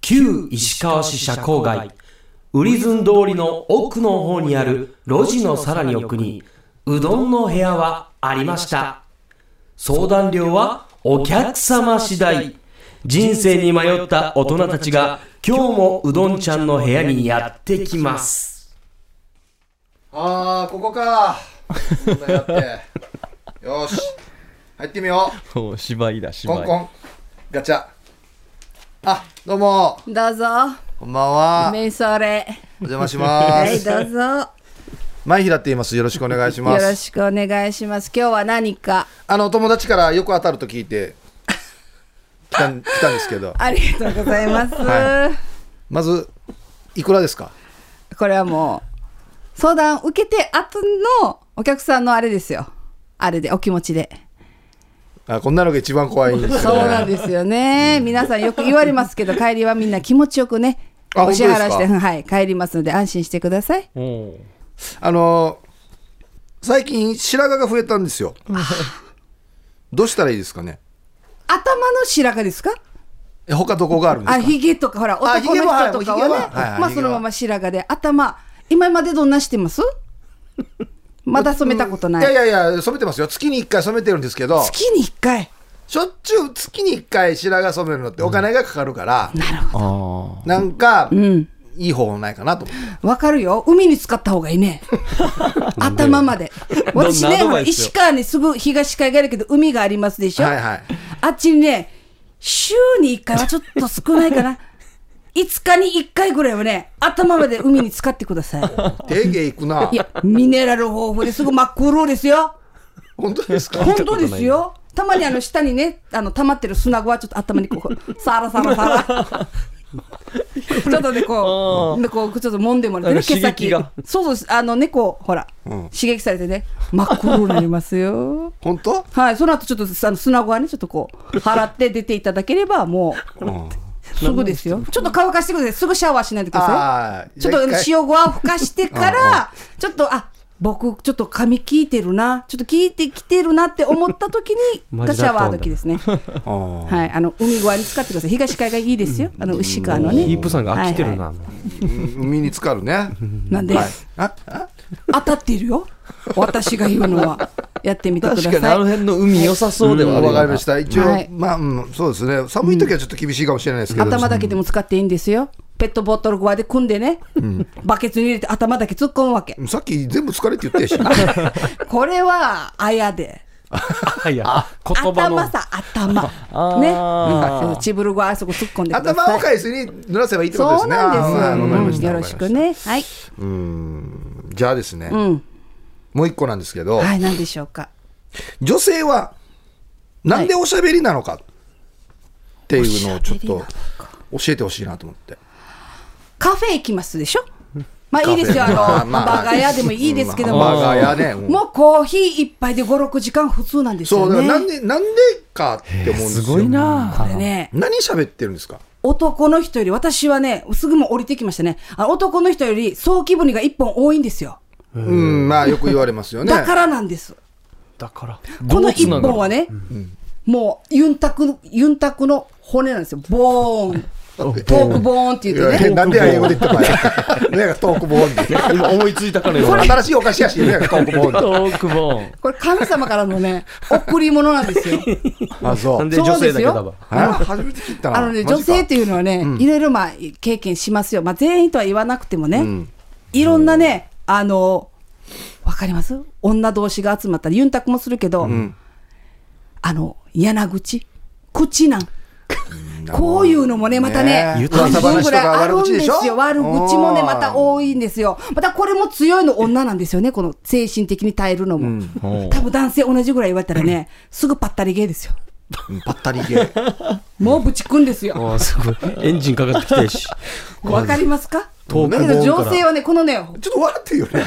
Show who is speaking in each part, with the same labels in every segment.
Speaker 1: 旧石川市社交街売寸通りの奥の方にある路地のさらに奥にうどんの部屋はありました相談料はお客様次第人生に迷った大人たちが今日もうどんちゃんの部屋にやってきます
Speaker 2: ああここかこんなやってよし入ってみよう
Speaker 3: おう芝居だ芝
Speaker 2: コ
Speaker 3: 居
Speaker 2: ンコンガチャあどうも
Speaker 4: どうぞ。
Speaker 2: こんばんは
Speaker 4: メイソレ。
Speaker 2: お邪魔しま
Speaker 4: はい、
Speaker 2: す
Speaker 4: どうぞ。よ
Speaker 2: 前平って言いますよろしくお願いしま
Speaker 4: ろ
Speaker 2: す
Speaker 4: しくお願いします。今日は何か。
Speaker 2: あの友達からよく当たると聞いて来たん来たんですけど
Speaker 4: ありがとうございま す。
Speaker 2: はまずいくらですか
Speaker 4: これはもう、相談受けて後のお客さんのあれですよ。あれで、お気持ちで。
Speaker 2: あこんなのが一番怖いんです
Speaker 4: そ
Speaker 2: よ
Speaker 4: う
Speaker 2: ね
Speaker 4: なんですよね。皆さんよく言われますけど、帰りはみんな気持ちよくね、
Speaker 2: あ
Speaker 4: お支払い
Speaker 2: 本当で
Speaker 4: して、
Speaker 2: す
Speaker 4: うんはい、帰りますので安心してください。
Speaker 3: おう
Speaker 2: あの最近白髪が増えたんですよどうしたらいいですかね
Speaker 4: 頭の白髪ですか
Speaker 2: え他どこがあるんです
Speaker 4: あ、
Speaker 2: か
Speaker 4: ひげとか、ほら、
Speaker 2: あ
Speaker 4: 男の人とかはね、
Speaker 2: ひげははいはい
Speaker 4: まあ
Speaker 2: ひげは
Speaker 4: そのまま白髪で、頭、今までどんなしてますまだ染めたことない。
Speaker 2: いやいやいや、染めてますよ。月に1回染めてるんですけど、
Speaker 4: 月に1回。
Speaker 2: しょっちゅう月に1回白髪染めるのってお金がかかるから、
Speaker 3: あ
Speaker 2: なんか、
Speaker 4: ん
Speaker 2: いい方法ないかなと思って。
Speaker 4: わかるよ。海に使った方がいいね。頭まで。私
Speaker 3: どんなア
Speaker 4: ね、
Speaker 3: ド
Speaker 4: ほ
Speaker 3: バ
Speaker 4: ら
Speaker 3: イスよ
Speaker 4: 石川にすぐ東海岸あるけど、海がありますでしょ。
Speaker 2: はいはい。
Speaker 4: あっちにね、週に1回はちょっと少ないかな。5日に1回ぐらいはね、頭まで海に使ってください。
Speaker 2: 定芸行くな。
Speaker 4: いや、ミネラル豊富ですぐ真っ黒ですよ。
Speaker 2: 本当ですか
Speaker 4: 本当ですよ。たまにあの下にね、あの溜まってる砂子はちょっと頭にこう、さらさらさら。ちょっとね、こう、ね、こう、ちょっと揉んでもらって
Speaker 3: あ
Speaker 4: ね、
Speaker 3: の刺激が
Speaker 4: そうそう、あの猫、ほら、
Speaker 2: ん
Speaker 4: 刺激されてね、真っ黒になりますよ。
Speaker 2: 本当
Speaker 4: はい、その後ちょっとあの砂子はね、ちょっとこう、払って出ていただければ、もう、すぐですよ。ちょっと乾かしてください。すぐシャワーしないでください。
Speaker 2: ああ、
Speaker 4: ちょっとあの
Speaker 2: じゃあ一
Speaker 4: 塩ごはふかしてから、ちょっと、あ僕、ちょっと髪聞いてるな、ちょっと聞いてきてるなって思った時に、
Speaker 1: マ
Speaker 4: が
Speaker 1: ジ
Speaker 4: シ
Speaker 1: だ
Speaker 4: ャ
Speaker 1: った
Speaker 4: ワ
Speaker 1: ん
Speaker 4: ー
Speaker 1: だ
Speaker 4: 時ですね。
Speaker 2: 回あ
Speaker 4: はい、あの海側に使ってください。東海がいいですよ。あの牛川の
Speaker 1: ヒ
Speaker 4: ね
Speaker 1: ー。プさんが飽きてるな、
Speaker 4: は
Speaker 2: ー海に浸かるね。
Speaker 4: なんで、
Speaker 2: ああ
Speaker 4: 当たってるよ。私が言うのは、やってみてくだ
Speaker 3: 確
Speaker 4: さ
Speaker 3: か
Speaker 4: い。
Speaker 3: にあの辺の海良さそうではあるよな
Speaker 2: わかりました。一応、
Speaker 4: はい
Speaker 2: まあ、うんそうですね。寒い時はちょっと厳しいかもしれないですけど。
Speaker 4: 頭だけでも使っていいんですよ。ペットボトル側で組んでね、バケツに入れて頭だけ突っ込むわけ。
Speaker 2: さっき全部疲れって言っ たやし。
Speaker 4: これは、あやで。
Speaker 1: あいや言葉の
Speaker 4: 頭さ、頭。
Speaker 3: あ
Speaker 4: ね。
Speaker 3: ー
Speaker 4: うんそうチブル側あそこ突っ込んでください。
Speaker 2: 頭を返すに濡らせばいいってことで
Speaker 4: そ
Speaker 2: す
Speaker 4: う
Speaker 2: ね。
Speaker 4: な
Speaker 2: あーわかり
Speaker 4: ん
Speaker 2: ま
Speaker 4: です
Speaker 2: し
Speaker 4: うん。
Speaker 2: た
Speaker 4: よろしくね。はい。
Speaker 2: じゃあですね、
Speaker 4: ん
Speaker 2: もう一個なんですけど、
Speaker 4: はい、何でしょうか。
Speaker 2: 女性はなんでおしゃべりなのかっていうのをちょっと教えてほしいなと思って。
Speaker 4: カフェ行きますでしょまあいいですよ、あの、
Speaker 2: まあま
Speaker 4: ま
Speaker 2: あ
Speaker 4: あバーガー屋でもいいですけども、
Speaker 2: まあバーガー屋ね。うん
Speaker 4: もうコーヒー一杯で5、6時間普通なんです
Speaker 2: そ
Speaker 4: よ
Speaker 2: う、だから
Speaker 4: ね。
Speaker 2: なんで、なんでかって思うんですよ。
Speaker 3: すごい。な
Speaker 4: これね、
Speaker 2: 何喋ってるんですか
Speaker 4: 男の人より、私はね、すぐもう降りてきましたね。あの男の人より、早期分離が1本多いんですよ。
Speaker 2: うん、まあよく言われますよね。
Speaker 4: だからなんです。
Speaker 1: だから
Speaker 4: この
Speaker 1: どうつな
Speaker 4: 1
Speaker 1: がる
Speaker 4: 本はね、もう、ユンタク、ユンタクの骨なんですよ。ボーン。トークボーンって
Speaker 2: い
Speaker 4: 言って
Speaker 2: や
Speaker 4: ね。
Speaker 2: なんで英語で言ったのなんかトークボーンで。
Speaker 3: 今思いついたから今
Speaker 2: 新しいお菓子やし、なんかトークボーン
Speaker 3: トークボーン
Speaker 4: これ神様からのね、贈り物なんですよ。
Speaker 2: で。あ、そ
Speaker 1: な。
Speaker 2: うん
Speaker 1: で女性だけだわ
Speaker 2: あ初めて聞いたな。
Speaker 4: あのね、
Speaker 2: マジ
Speaker 4: 女
Speaker 2: か
Speaker 4: 性っていうのはね、いろいろまあ経験しますよ、まあ、全員とは言わなくてもね、いろんなね、あのわかります女同士が集まったり、ユンタクもするけど、あの柳口、口なん。こういうのもね、またね、
Speaker 2: ね
Speaker 4: 半分ぐらいあるんです
Speaker 2: 噂話とか
Speaker 4: よ。
Speaker 2: 悪
Speaker 4: 悪
Speaker 2: 口でしょ
Speaker 4: 口もね、また多いんですよ。またこれも強いの女なんですよね、この精神的に耐えるのも。多分男性同じぐらい言われたら ね、すぐパッタリゲーですよ。
Speaker 2: うんばったり 系。
Speaker 4: もうぶちくんですよ。
Speaker 1: あーすごいエンジンかかってきてるし
Speaker 4: わかりますか
Speaker 1: 遠く
Speaker 4: だけど女性はね、このね、
Speaker 2: ちょっと笑ってるよね。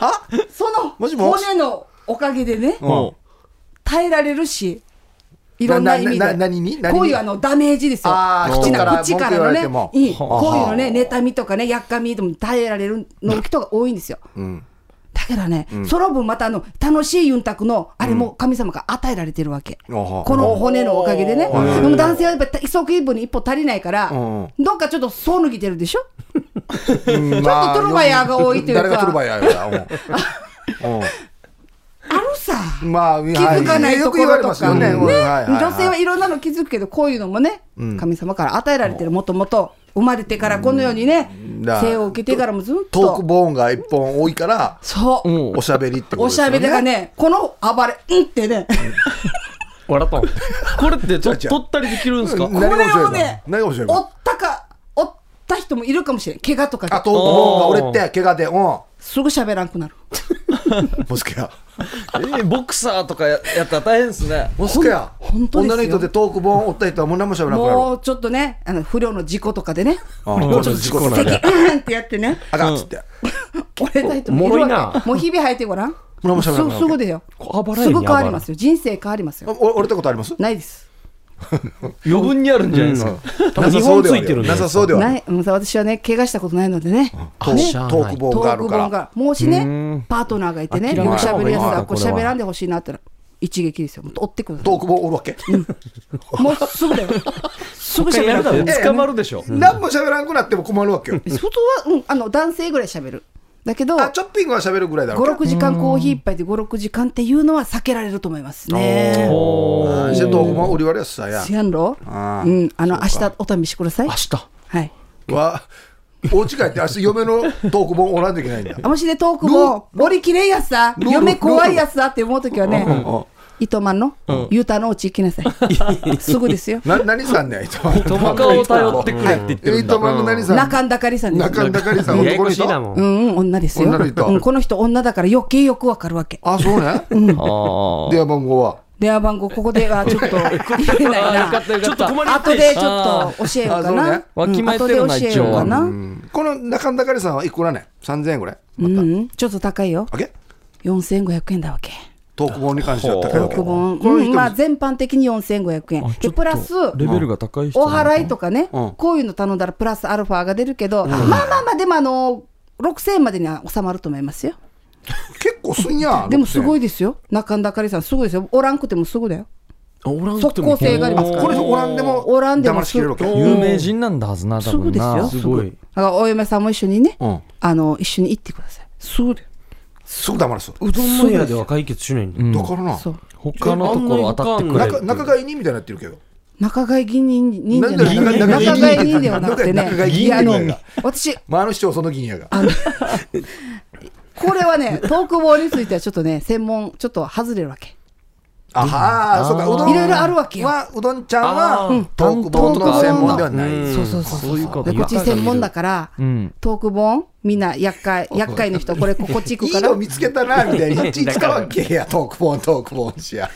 Speaker 2: あ
Speaker 4: その
Speaker 2: もしも
Speaker 4: 骨のおかげでね、
Speaker 2: うん
Speaker 4: 耐えられるし、いろんな意味
Speaker 2: なな
Speaker 4: で。
Speaker 2: な何に何に
Speaker 4: こういうあのダメージですよ。
Speaker 2: あー
Speaker 4: 口な
Speaker 2: 口
Speaker 4: 口
Speaker 2: か
Speaker 4: か
Speaker 2: 文句言わ
Speaker 4: ららの
Speaker 2: れても
Speaker 4: ね、いい
Speaker 2: はあ
Speaker 4: こういうのね、妬みとかね、やっかみでも耐えられるの人が多いんですよ。だからね、その分またあの楽しいユンタクのあれも神様が与えられてるわけ、
Speaker 2: あは
Speaker 4: この骨のおかげでね、
Speaker 2: はい
Speaker 4: でも男性はやっぱり足一分に一歩足りないから、
Speaker 2: うん
Speaker 4: どっかちょっとそう脱ぎてるでしょ、
Speaker 2: ちょっ
Speaker 4: ちょっとトルバヤが多いというか
Speaker 2: 誰がトルバヤやなうん
Speaker 4: あるさ、
Speaker 2: うんまあ気
Speaker 4: 気づかないところとか、ね女
Speaker 2: 女
Speaker 4: 性はいろんなの気づくけど、こういうのもね、神様から与えられてる、もともと生まれてからこのようにね、
Speaker 2: だ
Speaker 4: 生を受けてからもずっ
Speaker 2: トーク
Speaker 4: と、
Speaker 2: ボーンが一本多いから
Speaker 4: そう、
Speaker 3: うん
Speaker 2: おしゃべりってこと
Speaker 4: お
Speaker 2: です
Speaker 4: し
Speaker 2: よ
Speaker 4: ゃ
Speaker 2: ね
Speaker 4: べりがね、この暴れ、うんってね、
Speaker 3: 笑ったんこれって
Speaker 2: 違う違
Speaker 3: と
Speaker 2: う
Speaker 3: 取ったりできるんですか
Speaker 2: うん
Speaker 4: これをね、
Speaker 2: 何が面白いの何が面白いの
Speaker 4: おったか、おった人もいるかもしれん、怪我とか
Speaker 2: あ
Speaker 4: で、
Speaker 2: トークボーンが折れて怪我でうんも
Speaker 4: すぐ喋らんくなる。
Speaker 2: しかや
Speaker 3: えーボクサーとかややったら大変ですね
Speaker 2: もしかや
Speaker 4: ほん本当ですよ
Speaker 2: 女の人でトークボーン折った人はもう何もしゃべらなくなる
Speaker 4: もうちょっとね、あの不良の事故とかでね、
Speaker 2: うんもうちょっと事故なん
Speaker 4: 咳
Speaker 2: で
Speaker 4: うんってやっ てね、
Speaker 2: あかんっつって
Speaker 4: 折れた人もいる
Speaker 1: おもろい
Speaker 4: わ
Speaker 1: な
Speaker 4: け。もう日々生えてごらん。
Speaker 2: 村本さん
Speaker 4: すすぐでよ。
Speaker 3: あばら
Speaker 4: すぐ変わりますよ。人生変わりますよ。
Speaker 2: お折れたことあります
Speaker 4: ないです。
Speaker 3: 余分にあるんじゃないですか、
Speaker 1: 多分日本ついてるんじゃな
Speaker 2: な
Speaker 1: いで
Speaker 2: さ
Speaker 1: すか
Speaker 2: そうでは
Speaker 4: な
Speaker 2: ない
Speaker 4: い、うん、さ私はね、怪我したことないのでね。
Speaker 2: ト
Speaker 4: ね
Speaker 2: ークトークボーン
Speaker 4: ト
Speaker 2: があ
Speaker 4: ー
Speaker 2: る
Speaker 4: ク
Speaker 2: か
Speaker 4: 本
Speaker 2: ら
Speaker 4: が、もしね、パートナーがいてね、
Speaker 3: 諦
Speaker 2: め
Speaker 4: おしゃべりやつ
Speaker 1: た方がいい
Speaker 4: だ、
Speaker 1: なこ
Speaker 4: こう
Speaker 1: れは
Speaker 4: 喋らんでほしいなって言ったら、一撃ですよ。もう追ってくる。
Speaker 2: トークボーン折るわけ
Speaker 4: もうすぐだよ。すぐ
Speaker 1: 一回
Speaker 4: 喋
Speaker 1: や
Speaker 4: ら
Speaker 1: る
Speaker 4: ん
Speaker 1: だろ
Speaker 4: と
Speaker 1: う
Speaker 3: 捕まるでしょ、
Speaker 2: 何も喋らんくなっても困るわけよ
Speaker 4: 普通は、うん、あの、男性ぐらい喋る。だけど、
Speaker 2: あ
Speaker 4: 5、
Speaker 2: チョッピングは喋るぐらいだろう
Speaker 4: 6時間コーヒー一杯で5、6時間っていうのは避けられると思いますね。
Speaker 2: あーしてトークボーン売り割りやすさや
Speaker 4: せやんろうん、
Speaker 2: あ
Speaker 4: あ
Speaker 2: ー
Speaker 4: の、明日お試しください
Speaker 1: 明。日
Speaker 4: はい。
Speaker 2: わお家帰って明日嫁のトーク本おらんといけないんだ
Speaker 4: あもしね、トークも、森きれいやつさ、
Speaker 2: ルール
Speaker 4: 嫁怖いやつさって思うときはね、糸満の、ゆうたのお家行きなさい。すぐですよ。
Speaker 2: な何さんね糸満
Speaker 3: トマカを頼ってくれって言ってるんだ、
Speaker 2: 糸満の何さん
Speaker 4: 中んだかりさんです
Speaker 2: 中
Speaker 4: よ。
Speaker 2: んだかりさん
Speaker 1: やや
Speaker 2: 男の
Speaker 1: こし
Speaker 2: 人
Speaker 1: いなも
Speaker 4: うんんうん、女ですよ。
Speaker 2: 女の人
Speaker 4: うん、この人女だから余計よくわかるわけ。
Speaker 2: あそうね
Speaker 3: あ
Speaker 2: 電話番号は
Speaker 4: 電話番号ここではちょっと言えない
Speaker 3: あよか
Speaker 4: な
Speaker 3: った。よ
Speaker 1: ちょ
Speaker 3: か
Speaker 1: っと
Speaker 3: った
Speaker 1: 困りま
Speaker 4: 後
Speaker 1: す
Speaker 4: でちょっと教えようか
Speaker 2: あそう
Speaker 4: な
Speaker 2: ね。
Speaker 4: うん
Speaker 3: わきまえてるな
Speaker 4: 後で教えようかな。
Speaker 3: 一応
Speaker 4: うん
Speaker 2: この中んだかりさんはいくらね3000円ぐらい
Speaker 4: うん、ちょっと高いよ。
Speaker 2: あけ
Speaker 4: 4500円だわけ。
Speaker 2: トーク本に関しては高いわけ
Speaker 4: クボン
Speaker 2: この
Speaker 4: う
Speaker 2: 人
Speaker 4: ん、
Speaker 2: も
Speaker 4: まあ全般的に4500円。で、プラス、
Speaker 3: レベルが高い人
Speaker 4: お
Speaker 3: なのか
Speaker 4: 払いとかね、
Speaker 2: うん
Speaker 4: こういうの頼んだらプラスアルファが出るけど、まあまあまあ、でもあの、6000円までには収まると思いますよ。
Speaker 2: 結構すんや
Speaker 4: でもすご
Speaker 2: い
Speaker 4: いですよ。中田あかりさん、すごいですよ。おらんくてもすぐだよ。
Speaker 1: あおらんくて
Speaker 4: 即
Speaker 1: も
Speaker 4: 効性がありますから
Speaker 2: これおらんでも
Speaker 4: おらんでも
Speaker 2: 騙しきれるわけ
Speaker 1: そう
Speaker 3: 有名人なんだはずな多
Speaker 4: すぐ
Speaker 3: 分
Speaker 4: です
Speaker 3: な
Speaker 4: よ。
Speaker 1: すごい
Speaker 4: だからお嫁さんも一緒にね、
Speaker 2: うん
Speaker 4: あの、一緒に行ってください。すぐだよ。
Speaker 2: すぐ黙らす
Speaker 1: うどんの屋では解決しないんだ
Speaker 3: うん
Speaker 2: だからな
Speaker 4: そう。
Speaker 3: 他のところ当たってくれる
Speaker 2: 中中がいいにみたいになってるけど
Speaker 4: 仲買議人人じゃ
Speaker 2: なんだ
Speaker 4: ない
Speaker 2: 仲買
Speaker 4: 仲買議人ではなくて
Speaker 2: 仲買
Speaker 4: ね、
Speaker 2: 議人
Speaker 4: いやあの
Speaker 2: 仲買議人
Speaker 4: 私、
Speaker 2: 前の市長その議員やが
Speaker 4: あのこれはね、トーク棒についてはちょっとね、専門、ちょっと外れるわけ。
Speaker 2: あはあ、そうか、うどん。
Speaker 4: いろいろあるわけよ
Speaker 2: はうどんちゃんは、
Speaker 1: あー
Speaker 2: うんトークボーンとか専門ではない。
Speaker 1: うん
Speaker 4: そうそうそうそう
Speaker 3: そういうこと
Speaker 4: でこっち専門だから、
Speaker 3: うん
Speaker 4: トーク本みんな厄介厄介の人これここっち行
Speaker 2: い
Speaker 4: くか
Speaker 2: い
Speaker 4: ら
Speaker 2: の見つけたな、みたい に。いちいち
Speaker 1: だから
Speaker 2: 使わんけや、トークボーン、トークボーンしや。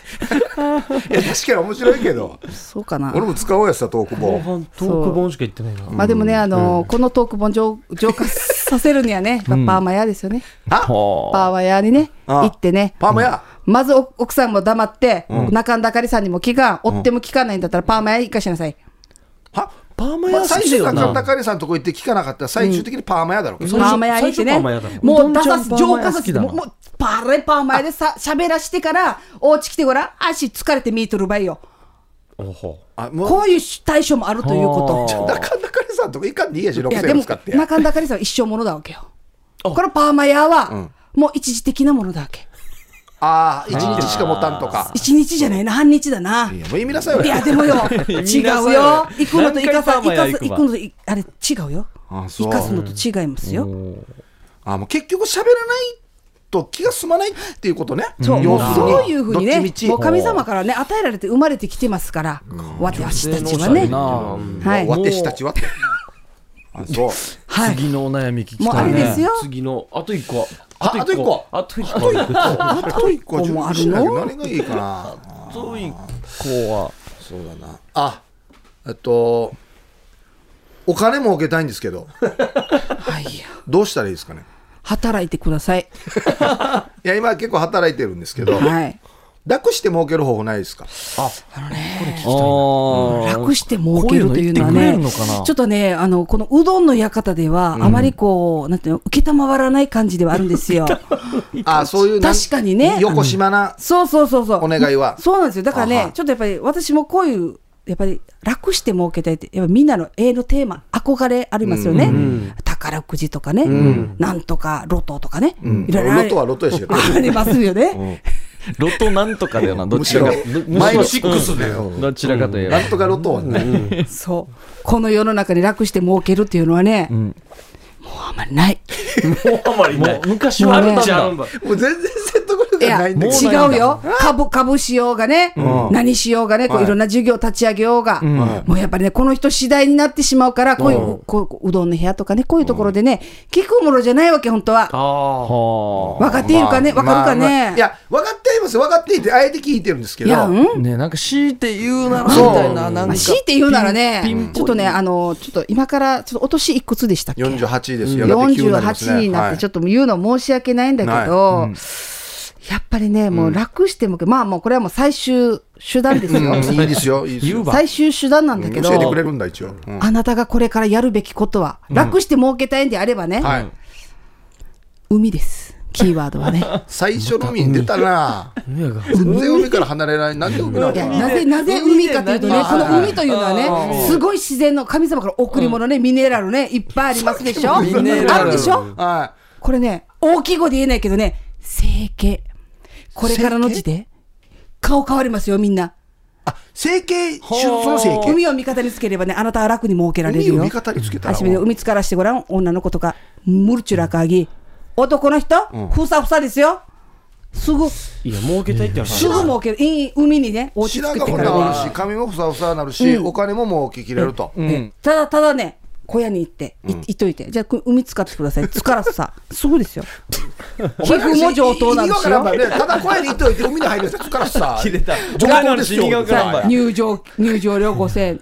Speaker 2: いや、確かに面白いけど。
Speaker 4: そうかな
Speaker 2: 俺も使おうやつだ、トークボ
Speaker 1: 後
Speaker 2: ー ン。
Speaker 1: 半トーク本しか言ってないな
Speaker 4: まあでもねあのーこのトーク本浄浄化させるにはねやっぱパーマ屋ですよね、
Speaker 2: あ
Speaker 3: はあ
Speaker 4: パーマ屋にね
Speaker 2: あ
Speaker 4: 行ってね
Speaker 2: パーマや。
Speaker 4: まずお奥さんも黙って、中んだかりさんにも聞かん追っても聞かないんだったらパーマ屋行かしなさい、
Speaker 2: は
Speaker 1: パーマ
Speaker 2: ま
Speaker 1: 屋
Speaker 2: あ、
Speaker 1: 好
Speaker 2: 最
Speaker 1: きだ
Speaker 2: 終
Speaker 1: よ
Speaker 2: 中
Speaker 1: な
Speaker 2: 田かりさんとこ行って聞かなかったら、最終的にパーマやだろうけど。
Speaker 1: 最
Speaker 4: パ
Speaker 1: 初
Speaker 4: ーマ屋行ってね
Speaker 1: 最初パーマ屋だもん
Speaker 4: もう出さす
Speaker 3: どんちゃん
Speaker 4: 浄
Speaker 3: パーマ
Speaker 4: 化
Speaker 3: 屋好
Speaker 4: させ
Speaker 3: き
Speaker 4: て
Speaker 3: だな
Speaker 4: もうもうパレパーマ屋でさ喋らしてからお家来てごらん足疲れて見とるばいよ
Speaker 1: おほ
Speaker 2: あ、も
Speaker 4: こういう対処もあるということ
Speaker 2: う、中田かりさんとこ行かんでいいやし、
Speaker 4: いや
Speaker 2: 6000
Speaker 4: で
Speaker 2: 円
Speaker 4: も
Speaker 2: 使って。
Speaker 4: 中田かりさんは一生ものだわけよ
Speaker 1: あ
Speaker 4: このパーマ屋はもう一時的なものだわけ
Speaker 2: ああ、1日しか持たんとか。
Speaker 4: 一日じゃないな半日だない
Speaker 2: や、もう意味なさいよ。
Speaker 4: いやでもよ違うよ行くのと行か
Speaker 3: 何回パ
Speaker 4: さ
Speaker 3: ーマ屋
Speaker 4: 行
Speaker 3: 行
Speaker 4: かさ
Speaker 3: く
Speaker 4: 行
Speaker 3: わ
Speaker 4: くのといあれ違うよ
Speaker 2: あそう
Speaker 4: 生かすのと違いますよ
Speaker 2: あもう結局喋らないと気が済まないっていうことね。
Speaker 4: そう
Speaker 2: 要するに
Speaker 4: そういうふうに
Speaker 2: どっ
Speaker 4: ね
Speaker 2: ちみち
Speaker 4: もう神様からね与えられて生まれてきてますから私たちはね
Speaker 3: な
Speaker 4: はい
Speaker 2: もう私たちはって。あそう。
Speaker 4: はい
Speaker 3: 次のお悩み聞き
Speaker 4: もうあ
Speaker 3: たい
Speaker 4: れ
Speaker 3: ね
Speaker 4: ですよ
Speaker 1: 次のあと一個
Speaker 2: あ
Speaker 1: あと一個あと一個
Speaker 2: あと一個
Speaker 4: もあるの
Speaker 2: ちょっと調べて何がいいかな。
Speaker 1: あと一個
Speaker 3: こうは
Speaker 2: そうだな。あ、えっとお金儲けたいんですけど、
Speaker 4: はいよ
Speaker 2: どうしたらいいですかね。
Speaker 4: 働いてください
Speaker 2: いや今結構働いてるんですけど、
Speaker 4: はい
Speaker 2: 楽して儲ける方法ないですか
Speaker 4: 楽して儲けるというのは
Speaker 3: こうい
Speaker 4: ね
Speaker 3: うの言ってくれるのかな
Speaker 4: ちょっとねあのこのうどんの館ではあまりこう、なんていうの承らない感じではあるんですよ
Speaker 2: あそういうなん
Speaker 4: 確かにね
Speaker 2: 横島な、
Speaker 4: そうそうそうそう
Speaker 2: お願いは
Speaker 4: そうなんですよだから
Speaker 2: あは
Speaker 4: ねちょっとやっぱり私もこういうやっぱり楽して儲けたいってやっぱみんなの永遠のテーマ憧れありますよね、宝くじとかね、なんとかロトとかね、
Speaker 2: うん
Speaker 4: いろいろある
Speaker 2: ロトはロトやし
Speaker 4: ありますよね、
Speaker 3: ロトなんとかだよな、どちらか。
Speaker 2: むしろ
Speaker 3: ど
Speaker 2: マイナスシックスだよ
Speaker 3: うんどちらかといえば
Speaker 2: な。んとかロトはね、
Speaker 4: そうこの世の中で楽して儲けるっていうのはね、もうあんまりない
Speaker 1: あんまりな
Speaker 3: も
Speaker 1: いう
Speaker 3: 昔はあったんだ。
Speaker 2: もう全然説得力がないん
Speaker 4: い
Speaker 2: だけど
Speaker 4: や違うよ株株しようがね、何しようがねこ
Speaker 2: は
Speaker 4: う
Speaker 2: い
Speaker 4: いろんな授業立ち上げようが、
Speaker 2: ん
Speaker 4: もうやっぱりねこの人次第になってしまうからこういう,、こううどんの部屋とかねこういうところでね、聞くものじゃないわけ本当は
Speaker 1: あ
Speaker 3: は
Speaker 4: 分かっているかね、
Speaker 2: まあ
Speaker 4: 分かるかね、
Speaker 2: まあまあいや分かっています分かっていてあえて聞いてるんですけ
Speaker 4: い
Speaker 2: ど
Speaker 4: やうん
Speaker 3: あ。ね、なんか強いて言うならみ
Speaker 2: そう
Speaker 3: たいな、なん
Speaker 4: ま
Speaker 3: か
Speaker 4: あ、。強いて言うならね
Speaker 3: ピンピンポイント
Speaker 4: ちょっとねあのちょっと今からちょっとお年いくつでしたっけ
Speaker 2: 48位ですよ、やがて急になりますね
Speaker 4: 48になって、ちょっと言うの申し訳ないんだけど、やっぱりね、もう楽しても、まあもうこれはもう最終手段ですよ
Speaker 2: はい、うんいいですよいいですよ
Speaker 4: 最終手段なんだけど
Speaker 2: 教え、てくれるんだ一応、うん
Speaker 4: あなたがこれからやるべきことは、楽して儲けたいんであればね、
Speaker 2: はい、
Speaker 4: 海です、キーワードはね。
Speaker 2: 最初の海に出たな全然海から離れないなん で海ない
Speaker 4: や
Speaker 2: の
Speaker 4: なぜなぜ海かというとね、
Speaker 2: 海で
Speaker 4: こ
Speaker 2: 何
Speaker 4: の海というのはね、すごい自然の神様から贈り物ね、ミネラルね、いっぱいありますでしょ、あ
Speaker 3: ミネラル
Speaker 4: るでしょ、
Speaker 2: は
Speaker 4: これね、大きい声で言えないけどね、整形。これからの時代、顔変わりますよ、みんな。
Speaker 2: いあ整形手術の整形
Speaker 4: 海を味方につければね、あなたは楽に儲けられる
Speaker 2: 海を
Speaker 4: よ
Speaker 2: 味。方につけたら
Speaker 4: 初めに海つからしてごらん、女の子とか、ムルチュラカギ。男の人、ふさふさですよ。すぐ、す
Speaker 1: いや儲けたいって話
Speaker 4: ぐ儲ける。いい海にね、お家
Speaker 2: 白
Speaker 4: 作
Speaker 2: 髪
Speaker 4: っ
Speaker 2: も
Speaker 4: てか
Speaker 2: 治
Speaker 4: らね。
Speaker 2: るし髪もふさふさになるし、お金ももうき切れると、
Speaker 4: ねただただね、小屋に行って、いいといて、じゃあ、こ海使ってください。つから さ、すぐですよ。皮膚も上等なん
Speaker 2: 意味。
Speaker 4: ですよ
Speaker 2: わからんばねただ声に言っといて海に入るやつからさ
Speaker 3: 切れた
Speaker 2: 上等ですよ
Speaker 3: 意味わからんば
Speaker 2: はい
Speaker 4: 入場、入場料5000円。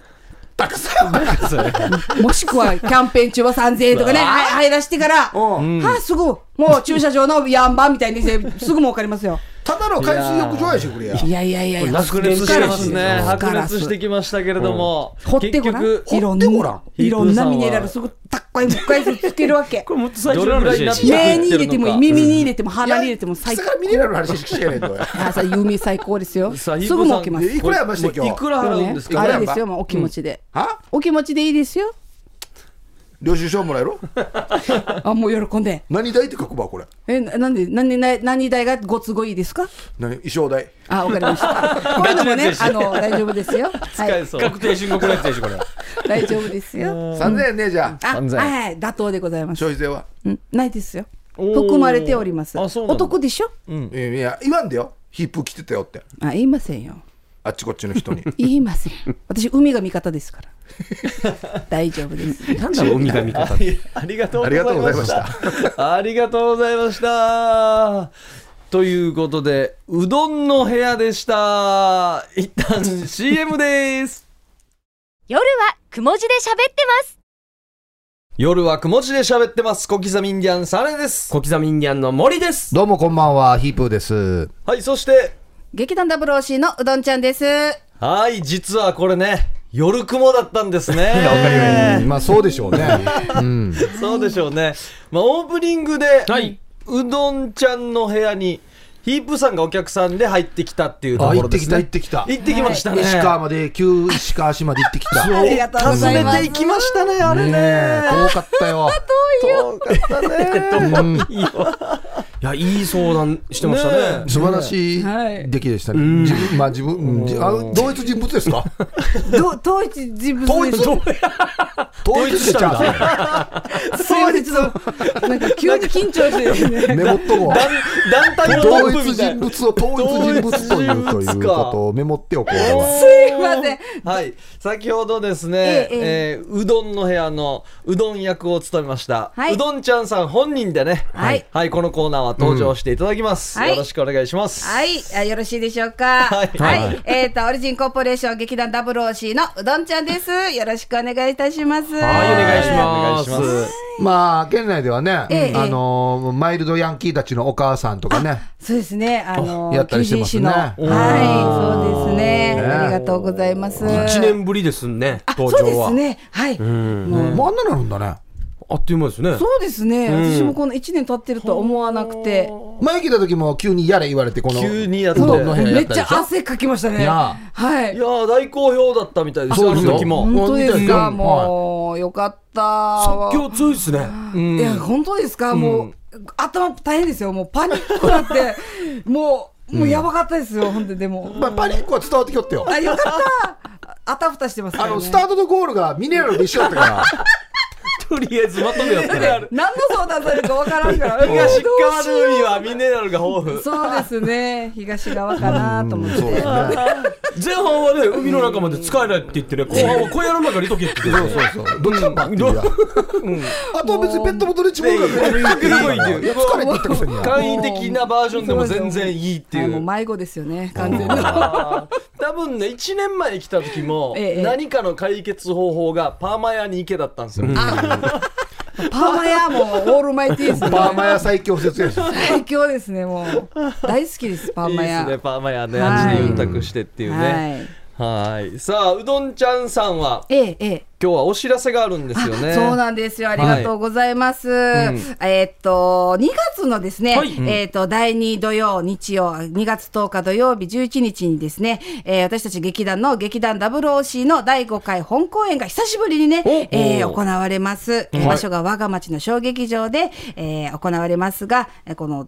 Speaker 2: 高さよ
Speaker 4: もしくはキャンペーン中は3000円とかね、はい入らしてから、
Speaker 2: う
Speaker 4: はあ、すぐ、もう駐車場のヤンバンみたいにして、すぐ儲かりますよ。
Speaker 2: ただの海水浴場やしてくれや
Speaker 4: いやいやいやいや、
Speaker 3: 白熱してますね。
Speaker 4: ガラス
Speaker 3: 白熱してきましたけれども。
Speaker 4: 掘ってごらん
Speaker 3: 結。局、
Speaker 4: いろ
Speaker 2: 掘っ
Speaker 4: ん
Speaker 2: てごらん
Speaker 4: な、いろんなミネラル、すぐ、たっこい、ぶっかいすぐつけるわ け。
Speaker 1: これもっと最
Speaker 3: ど
Speaker 1: 初
Speaker 3: れ
Speaker 1: の
Speaker 3: ぐらい
Speaker 1: 話
Speaker 3: になってるのか
Speaker 4: 目に入れても、耳に入れても、鼻に入れても、最
Speaker 2: 下
Speaker 4: 高
Speaker 2: か。らミネラルの話しかしてやねんとや
Speaker 4: あさ、海最高ですよ。す
Speaker 3: さあ
Speaker 4: ぐ儲けます。
Speaker 2: いくらやまして今日
Speaker 3: いくら払うんです
Speaker 2: いく
Speaker 3: か
Speaker 4: あ
Speaker 2: らや
Speaker 4: れ
Speaker 2: んば
Speaker 4: ですよ、まあ、お気持ちで、
Speaker 2: は
Speaker 4: お気持ちでいいですよ。
Speaker 2: 領収書もらえろ
Speaker 4: あ、もう喜んで。
Speaker 2: 何代って書くばこれ
Speaker 4: え、ななんで、何代、何代がご都合いいですか。
Speaker 2: 何衣装代
Speaker 4: あ、わかりました。こういうのもね、あの、大丈夫ですよ。は
Speaker 3: 使え
Speaker 4: い、
Speaker 3: そう。
Speaker 1: 確定申告のやつでしょこれ
Speaker 4: 大丈夫ですよ。
Speaker 2: 3000円ねじゃあ
Speaker 4: あ、
Speaker 3: 3000
Speaker 4: はい、妥当でございます。
Speaker 2: 消費税は
Speaker 4: うん、ないですよ。
Speaker 3: おー
Speaker 4: 含まれております。
Speaker 3: あそうな
Speaker 4: お
Speaker 3: の
Speaker 4: 得でしょ
Speaker 2: いやいや言わんでよヒップ着てたよって
Speaker 4: あ、言いませんよ。
Speaker 2: あっちこっちの人 に
Speaker 4: 言いません。私、海が味方ですから。大丈夫です。
Speaker 1: なんだろう海が味方
Speaker 3: あいありがとう
Speaker 2: ありがとうご
Speaker 3: ござ
Speaker 2: ざ
Speaker 3: いま
Speaker 2: いま
Speaker 3: し。
Speaker 2: した
Speaker 3: ありがとうございました。ということで、うどんの部屋でした。一旦 CM です。
Speaker 5: 夜はくも字で喋ってます。
Speaker 3: 夜はくも字で喋ってます。小刻みインディアンサネです。
Speaker 1: 小刻みインディアンの森です
Speaker 2: どうもこんばんはヒップです
Speaker 3: はい、そして、
Speaker 4: 劇団 WOC のうどんちゃんです。
Speaker 3: はい、実はこれね、夜雲だったんですね。
Speaker 2: まあそうでしょうねうん
Speaker 3: そうでしょうね。まあ、オープニングで、
Speaker 1: はいう
Speaker 3: どんちゃんの部屋に、ヒープさんがお客さんで入ってきたっていうと
Speaker 6: あ、
Speaker 3: こ
Speaker 6: 行
Speaker 3: ろ
Speaker 6: って
Speaker 3: で
Speaker 6: き
Speaker 3: す
Speaker 6: た
Speaker 3: ね
Speaker 6: 行っ。てきた。
Speaker 3: 行ってきましたね。
Speaker 6: 石川まで、旧石川市まで行ってきた。
Speaker 4: ありがとうございます。
Speaker 3: 訪ねていきましたね、あれ
Speaker 6: ねえ、
Speaker 3: ね。
Speaker 6: 遠かったよ。
Speaker 3: 遠かったね。
Speaker 1: いやいい相談してましたね
Speaker 3: ね
Speaker 6: 素晴らしい
Speaker 4: はい
Speaker 6: 出来でしたね。自分、まあ自分うん、じあ同一人物ですか
Speaker 4: ど統一自分
Speaker 6: 統一統一してちゃ
Speaker 4: すいませんちょっとなんか急に緊張して
Speaker 6: う。
Speaker 4: ね
Speaker 6: メモっとこう。
Speaker 3: 団体のト
Speaker 6: 同
Speaker 3: ップ
Speaker 6: 一
Speaker 3: みた
Speaker 6: 人
Speaker 3: いな。
Speaker 6: 物を統一人物というと
Speaker 3: 同一
Speaker 6: い
Speaker 3: 人
Speaker 6: う
Speaker 3: 物か
Speaker 6: ことをメモっておこう。俺は
Speaker 4: すいません
Speaker 3: はい、先ほどですね、
Speaker 4: ええ
Speaker 3: えーうどんの部屋のうどん役を務めました、
Speaker 4: はいう
Speaker 3: どんちゃんさん本人でね、
Speaker 4: はい
Speaker 3: このコーナーは登場していただきます、
Speaker 4: はい
Speaker 3: よろしくお願いします。
Speaker 4: はいあよろしいでしょうか
Speaker 3: は
Speaker 4: はいい、えっ、とオリジンコーポレーション劇団 WOC のうどんちゃんですよろしくお願いいたしますはい
Speaker 1: はいお願いします
Speaker 3: お願いします。
Speaker 2: まあ、県内ではね、
Speaker 4: ええ
Speaker 2: あのーマイルドヤンキーたちのお母さんとかね、
Speaker 4: そうですね。あの
Speaker 2: やったりしてますね
Speaker 4: 求人誌のはい、そうですねありがとうございます。
Speaker 6: 1年ぶりですね
Speaker 4: あ、そう
Speaker 6: 登
Speaker 4: で
Speaker 6: 場は
Speaker 4: すね。はい。もう
Speaker 2: もうあんなのあるんだね。
Speaker 6: あっという間ですね
Speaker 4: そうですね。私もこの一年経ってるとは思わなくて、
Speaker 2: 前来た時も急にやれ言われて、この、
Speaker 3: 急にやって
Speaker 2: うどんの部屋
Speaker 4: め
Speaker 2: やっ
Speaker 4: ったち
Speaker 2: でし
Speaker 4: ゃ汗かきました
Speaker 2: い
Speaker 4: ね。
Speaker 2: や
Speaker 4: はい
Speaker 3: いや。ー大好評だったみたいです
Speaker 2: そ
Speaker 3: よ
Speaker 2: う
Speaker 3: あ
Speaker 2: で
Speaker 3: の
Speaker 2: すよ
Speaker 3: 時も
Speaker 4: 本当ですか。
Speaker 2: うん
Speaker 4: もうよかったわ。
Speaker 6: 即興強いですね
Speaker 4: いや本当ですか。もう頭大変ですよ。もうパニックになって、もうもうやばかったですよ。ほんででも
Speaker 2: ょ。まあ、パニックは伝わってきよってよ。
Speaker 4: あよかった。あたふたしてますか
Speaker 2: あ
Speaker 4: ら
Speaker 2: の、
Speaker 4: ね。
Speaker 2: スタートとゴールがミネラルで一緒だったから。
Speaker 6: とりあえずまとめやってね
Speaker 4: 何の相談されるかわからんから。
Speaker 3: 東側
Speaker 4: どうしよ
Speaker 3: の海はミネラルが豊富
Speaker 4: うそうですね。東側かなと思って。
Speaker 2: そうですね。
Speaker 6: 前半はね海の中まで使えないって言ってね後半は小屋の中にいとけって言ってね
Speaker 2: そうそう。どっちもバッテリーだ。 あとは別にペットボトル一問が全然いいっていうからいや疲れてきたくせにや。
Speaker 3: 簡易的なバージョンでも全然いいって
Speaker 4: はいい、も
Speaker 3: う
Speaker 4: う迷子ですよね、完全に。
Speaker 3: あー多分ね1年前に来た時も
Speaker 4: ええ
Speaker 3: 何かの解決方法がパーマ屋に行けだったんですよ、
Speaker 4: パーマ屋もオールマイティーですね。
Speaker 2: パーマ屋最強説やし。
Speaker 4: 最強ですね、もう。大好きです、パ
Speaker 3: い
Speaker 4: ー
Speaker 3: い
Speaker 4: マ
Speaker 3: です
Speaker 4: 屋。
Speaker 3: ねパーマ屋ね
Speaker 4: はい
Speaker 3: あっちで4択してっていうね
Speaker 4: はい。
Speaker 3: はいさあうどんちゃんさんは
Speaker 4: ええ、ええ。
Speaker 3: 今日はお知らせがあるんですよね
Speaker 4: あそうなんですよ。ありがとうございます。えーっと、2月のですね、
Speaker 6: はい
Speaker 4: えーっと、第2土曜、日曜、2月10日土曜日11日にですね、えー私たち劇団の劇団 WOC の第5回本公演が久しぶりにね、えー行われます。えー場所が我が町の小劇場で、えー行われますが、えーこの、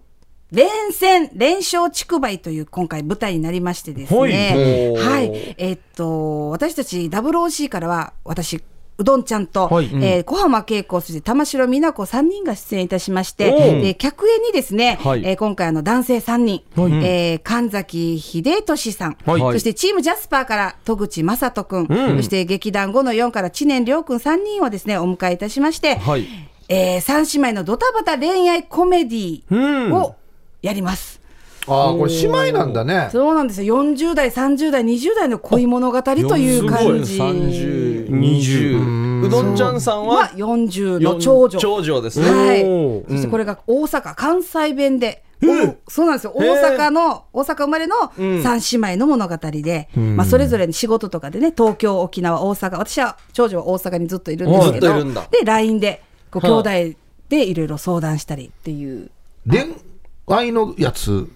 Speaker 4: 連戦、連勝竹梅という今回舞台になりましてです
Speaker 6: はい
Speaker 4: ね。
Speaker 3: おー
Speaker 4: はい。えっと、私たち WOC からは、私、うどんちゃんと、えー小浜恵子、そして玉城美奈子3人が出演いたしまして、で客演にですね、
Speaker 3: はい
Speaker 4: えー今回あの男性3人、えー神崎秀俊さん、そしてチームジャスパーから戸口正人君、そして劇団5の4から知念亮君3人をですね、お迎えいたしまして、
Speaker 3: はい
Speaker 4: えー、三姉妹のドタバタ恋愛コメディーをやります。
Speaker 2: ああ、これ姉妹なんだね。
Speaker 4: そうなんですよ40代30代20代の恋物語という感じ
Speaker 3: 3020うどんちゃんさん
Speaker 4: は
Speaker 3: は
Speaker 4: 40の長女
Speaker 3: 長女ですね、
Speaker 4: はいそしてこれが大阪関西弁でおそうなんですよ大阪の大阪生まれの三姉妹の物語で、まあ、それぞれに仕事とかでね東京沖縄大阪私は長女は大阪にずっといるんですけ
Speaker 3: ずっとい
Speaker 4: ど
Speaker 3: るんだ
Speaker 4: で LINE でこう
Speaker 3: はあ
Speaker 4: 兄弟でいろいろ相談したりっていう
Speaker 2: 恋愛のやつっ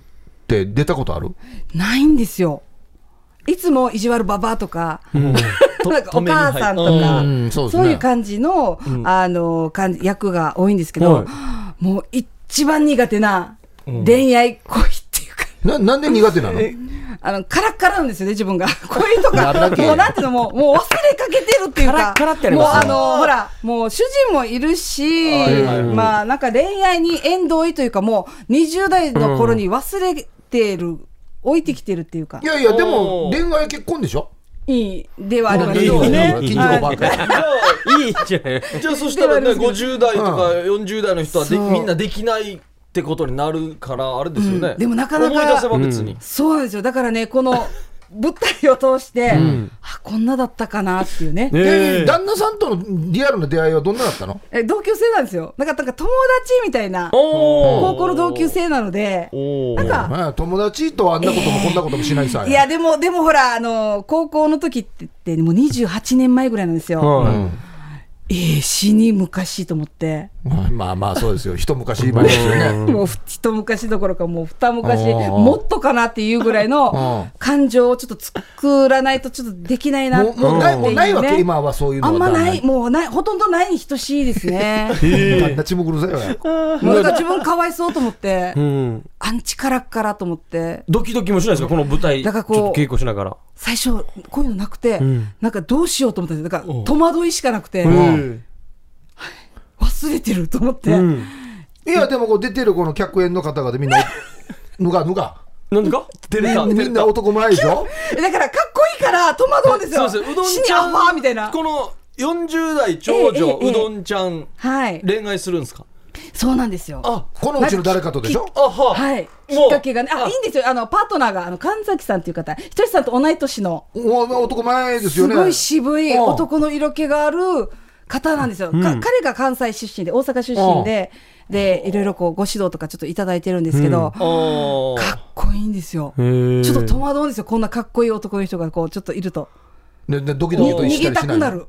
Speaker 2: て出たことある
Speaker 4: ないんですよいつも意地悪ババアとか、 なんかお母さんとか、
Speaker 2: うんそ
Speaker 4: そうう
Speaker 2: ですね
Speaker 4: いう感じの、あの感じ役が多いんですけど、もう一番苦手な恋愛恋っていう
Speaker 2: な
Speaker 4: か、
Speaker 2: なんで苦手なの
Speaker 4: あのカラッカラなんですよね自分が恋と
Speaker 2: や
Speaker 4: か
Speaker 2: だけ
Speaker 4: もうなんていうのもうもう忘れかけてるっていうか
Speaker 6: カラッカラってあり
Speaker 4: もう
Speaker 6: ます
Speaker 4: あ
Speaker 6: ね
Speaker 4: のほらもう主人もいるし、まあなんか恋愛に縁遠いというかもう20代の頃に忘れてる、置いてきてるっていうか
Speaker 2: いやいや、でも
Speaker 3: おー
Speaker 2: 恋愛結婚でしょ
Speaker 4: いいではあります
Speaker 2: いい
Speaker 4: よ
Speaker 2: よ
Speaker 4: ね
Speaker 2: ね。近所のばっかり。
Speaker 3: じゃあ
Speaker 6: いいじゃない
Speaker 3: じゃあそしたらね
Speaker 4: ではあるんです
Speaker 3: 50代とか40代の人はで
Speaker 4: そう
Speaker 3: みんなできないってことになるからあれですよね、
Speaker 4: うんでもなかなか
Speaker 3: 思い出せば別に、
Speaker 4: そうなんですよだからねこの舞台を通して、あこんなだったかなっていうね
Speaker 2: で旦那さんとのリアルな出会いはどんなだったの
Speaker 4: え同級生なんですよなんかなんか友達みたいな
Speaker 3: お
Speaker 4: 高校の同級生なのでなんか
Speaker 2: まあ友達とはあんなこともこんなこともしないさ。
Speaker 4: いや、でも、でもほら、あの、高校の時ってって、もう28年前ぐらいなんですよ。
Speaker 6: は
Speaker 4: ええ死に昔と思って。
Speaker 2: まあまあそうですよ。一昔前ですよね。
Speaker 4: もうふ一昔どころか、もう二昔、
Speaker 2: うん
Speaker 4: もっとかなっていうぐらいの
Speaker 2: う
Speaker 4: 感情をちょっと作らないとちょっとできないな
Speaker 2: も
Speaker 4: っ
Speaker 2: う
Speaker 4: て
Speaker 2: もうない、もうないわ
Speaker 4: ね
Speaker 2: け、今はそういうの
Speaker 4: あ
Speaker 2: は。
Speaker 4: んまない、もうない、ほとんどないに等しいです ね。
Speaker 2: 旦那ちもくるさいよ。
Speaker 4: もうなんか自分かわいそうと思って
Speaker 6: い、うん
Speaker 4: アンチカラッカラと思って、
Speaker 6: ドキドキもしないですかこの舞台ちょ
Speaker 4: だか
Speaker 6: っ
Speaker 4: らこう
Speaker 6: と稽古しながら
Speaker 4: 最初、こういうのなくて、なんかどうしようと思ったんですよ。だから戸惑いしかなくて、忘れてると思って、
Speaker 2: いや、でもこう出てるこの客演の方がでみんな、ぬがぬが。
Speaker 6: なんですか
Speaker 3: 出れた
Speaker 2: みみんな男前でしょ
Speaker 4: だからかっこいいから戸惑うんですよ。
Speaker 3: そうですうどん
Speaker 4: 死
Speaker 3: ち
Speaker 4: に
Speaker 3: ゃ
Speaker 4: ア
Speaker 3: ん
Speaker 4: ファーみたいな。
Speaker 3: この40代長
Speaker 4: ええ
Speaker 3: 女、
Speaker 4: ええええ
Speaker 3: うどんちゃん
Speaker 4: はい。
Speaker 3: 恋愛するんですか
Speaker 4: そうなんですよ。
Speaker 3: あ
Speaker 2: このうちの誰かとでしょ
Speaker 3: あは
Speaker 4: はい。き
Speaker 3: もう
Speaker 4: っかけがね、あ、いいんですよ。あの、パートナーが、あの、神崎さんっていう方、ひとしさんと同い年の、
Speaker 2: お男前です
Speaker 4: す
Speaker 2: よね。
Speaker 4: ごい渋い
Speaker 2: うん
Speaker 4: 男の色気がある方なんですよ、か彼が関西出身で大阪出身ででいろいろこうご指導とかちょっといただいてるんですけど、か
Speaker 3: おー
Speaker 4: っこいいんですよ、
Speaker 1: へえ
Speaker 4: ちょっと戸惑うんですよこんなかっこいい男の人がこうちょっといると
Speaker 2: ねねドキドキ
Speaker 4: 逃
Speaker 2: と
Speaker 4: げ
Speaker 2: 一
Speaker 4: 逃
Speaker 2: 緒
Speaker 4: げ
Speaker 2: に
Speaker 4: た
Speaker 2: しな
Speaker 4: く
Speaker 2: い
Speaker 4: なる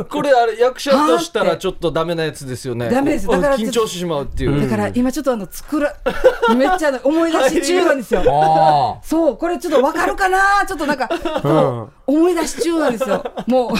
Speaker 3: あこれあれ役者としたらちょっとダメなやつですよね
Speaker 4: ダメですだから
Speaker 3: 緊張してしまうっていう、
Speaker 4: だから今ちょっとあの作ら めっちゃあの思い出し中なんですよ
Speaker 2: あ
Speaker 4: そうこれちょっとわかるかなちょっとなんかこう思い出し中なんですよもう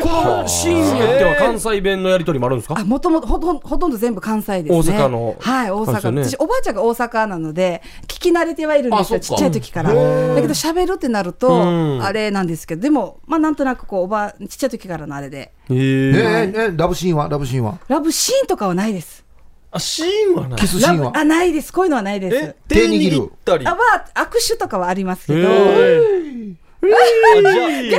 Speaker 1: このシーンによっては関西弁のやりとりもあるんですか
Speaker 4: あもともとほとんほとんど全部関西ですね
Speaker 1: 大阪の
Speaker 4: はい大
Speaker 1: そうですよ
Speaker 4: 阪、
Speaker 1: ね
Speaker 4: 私おばあちゃんが大阪なので聞き慣れてはいるんですよ
Speaker 2: あ
Speaker 4: ち
Speaker 2: そ
Speaker 4: っ
Speaker 2: っか
Speaker 4: ちゃい時からだけど喋るってなる
Speaker 1: うん
Speaker 4: とあれなんですけどでもまあなんとなくこうおばあちっちゃい時からのあれで
Speaker 2: あ、
Speaker 1: へ
Speaker 2: ね
Speaker 1: え
Speaker 2: えねえラブシーンはラブシーンは
Speaker 4: ラブシーンとかはないです
Speaker 3: あシーンはない
Speaker 2: キスシ
Speaker 4: ラ
Speaker 2: ーン
Speaker 4: ブ
Speaker 2: は
Speaker 4: あないですこういうのはないです
Speaker 3: え手に握ったり
Speaker 4: あまあ握手とかはありますけど、
Speaker 3: あじゃあ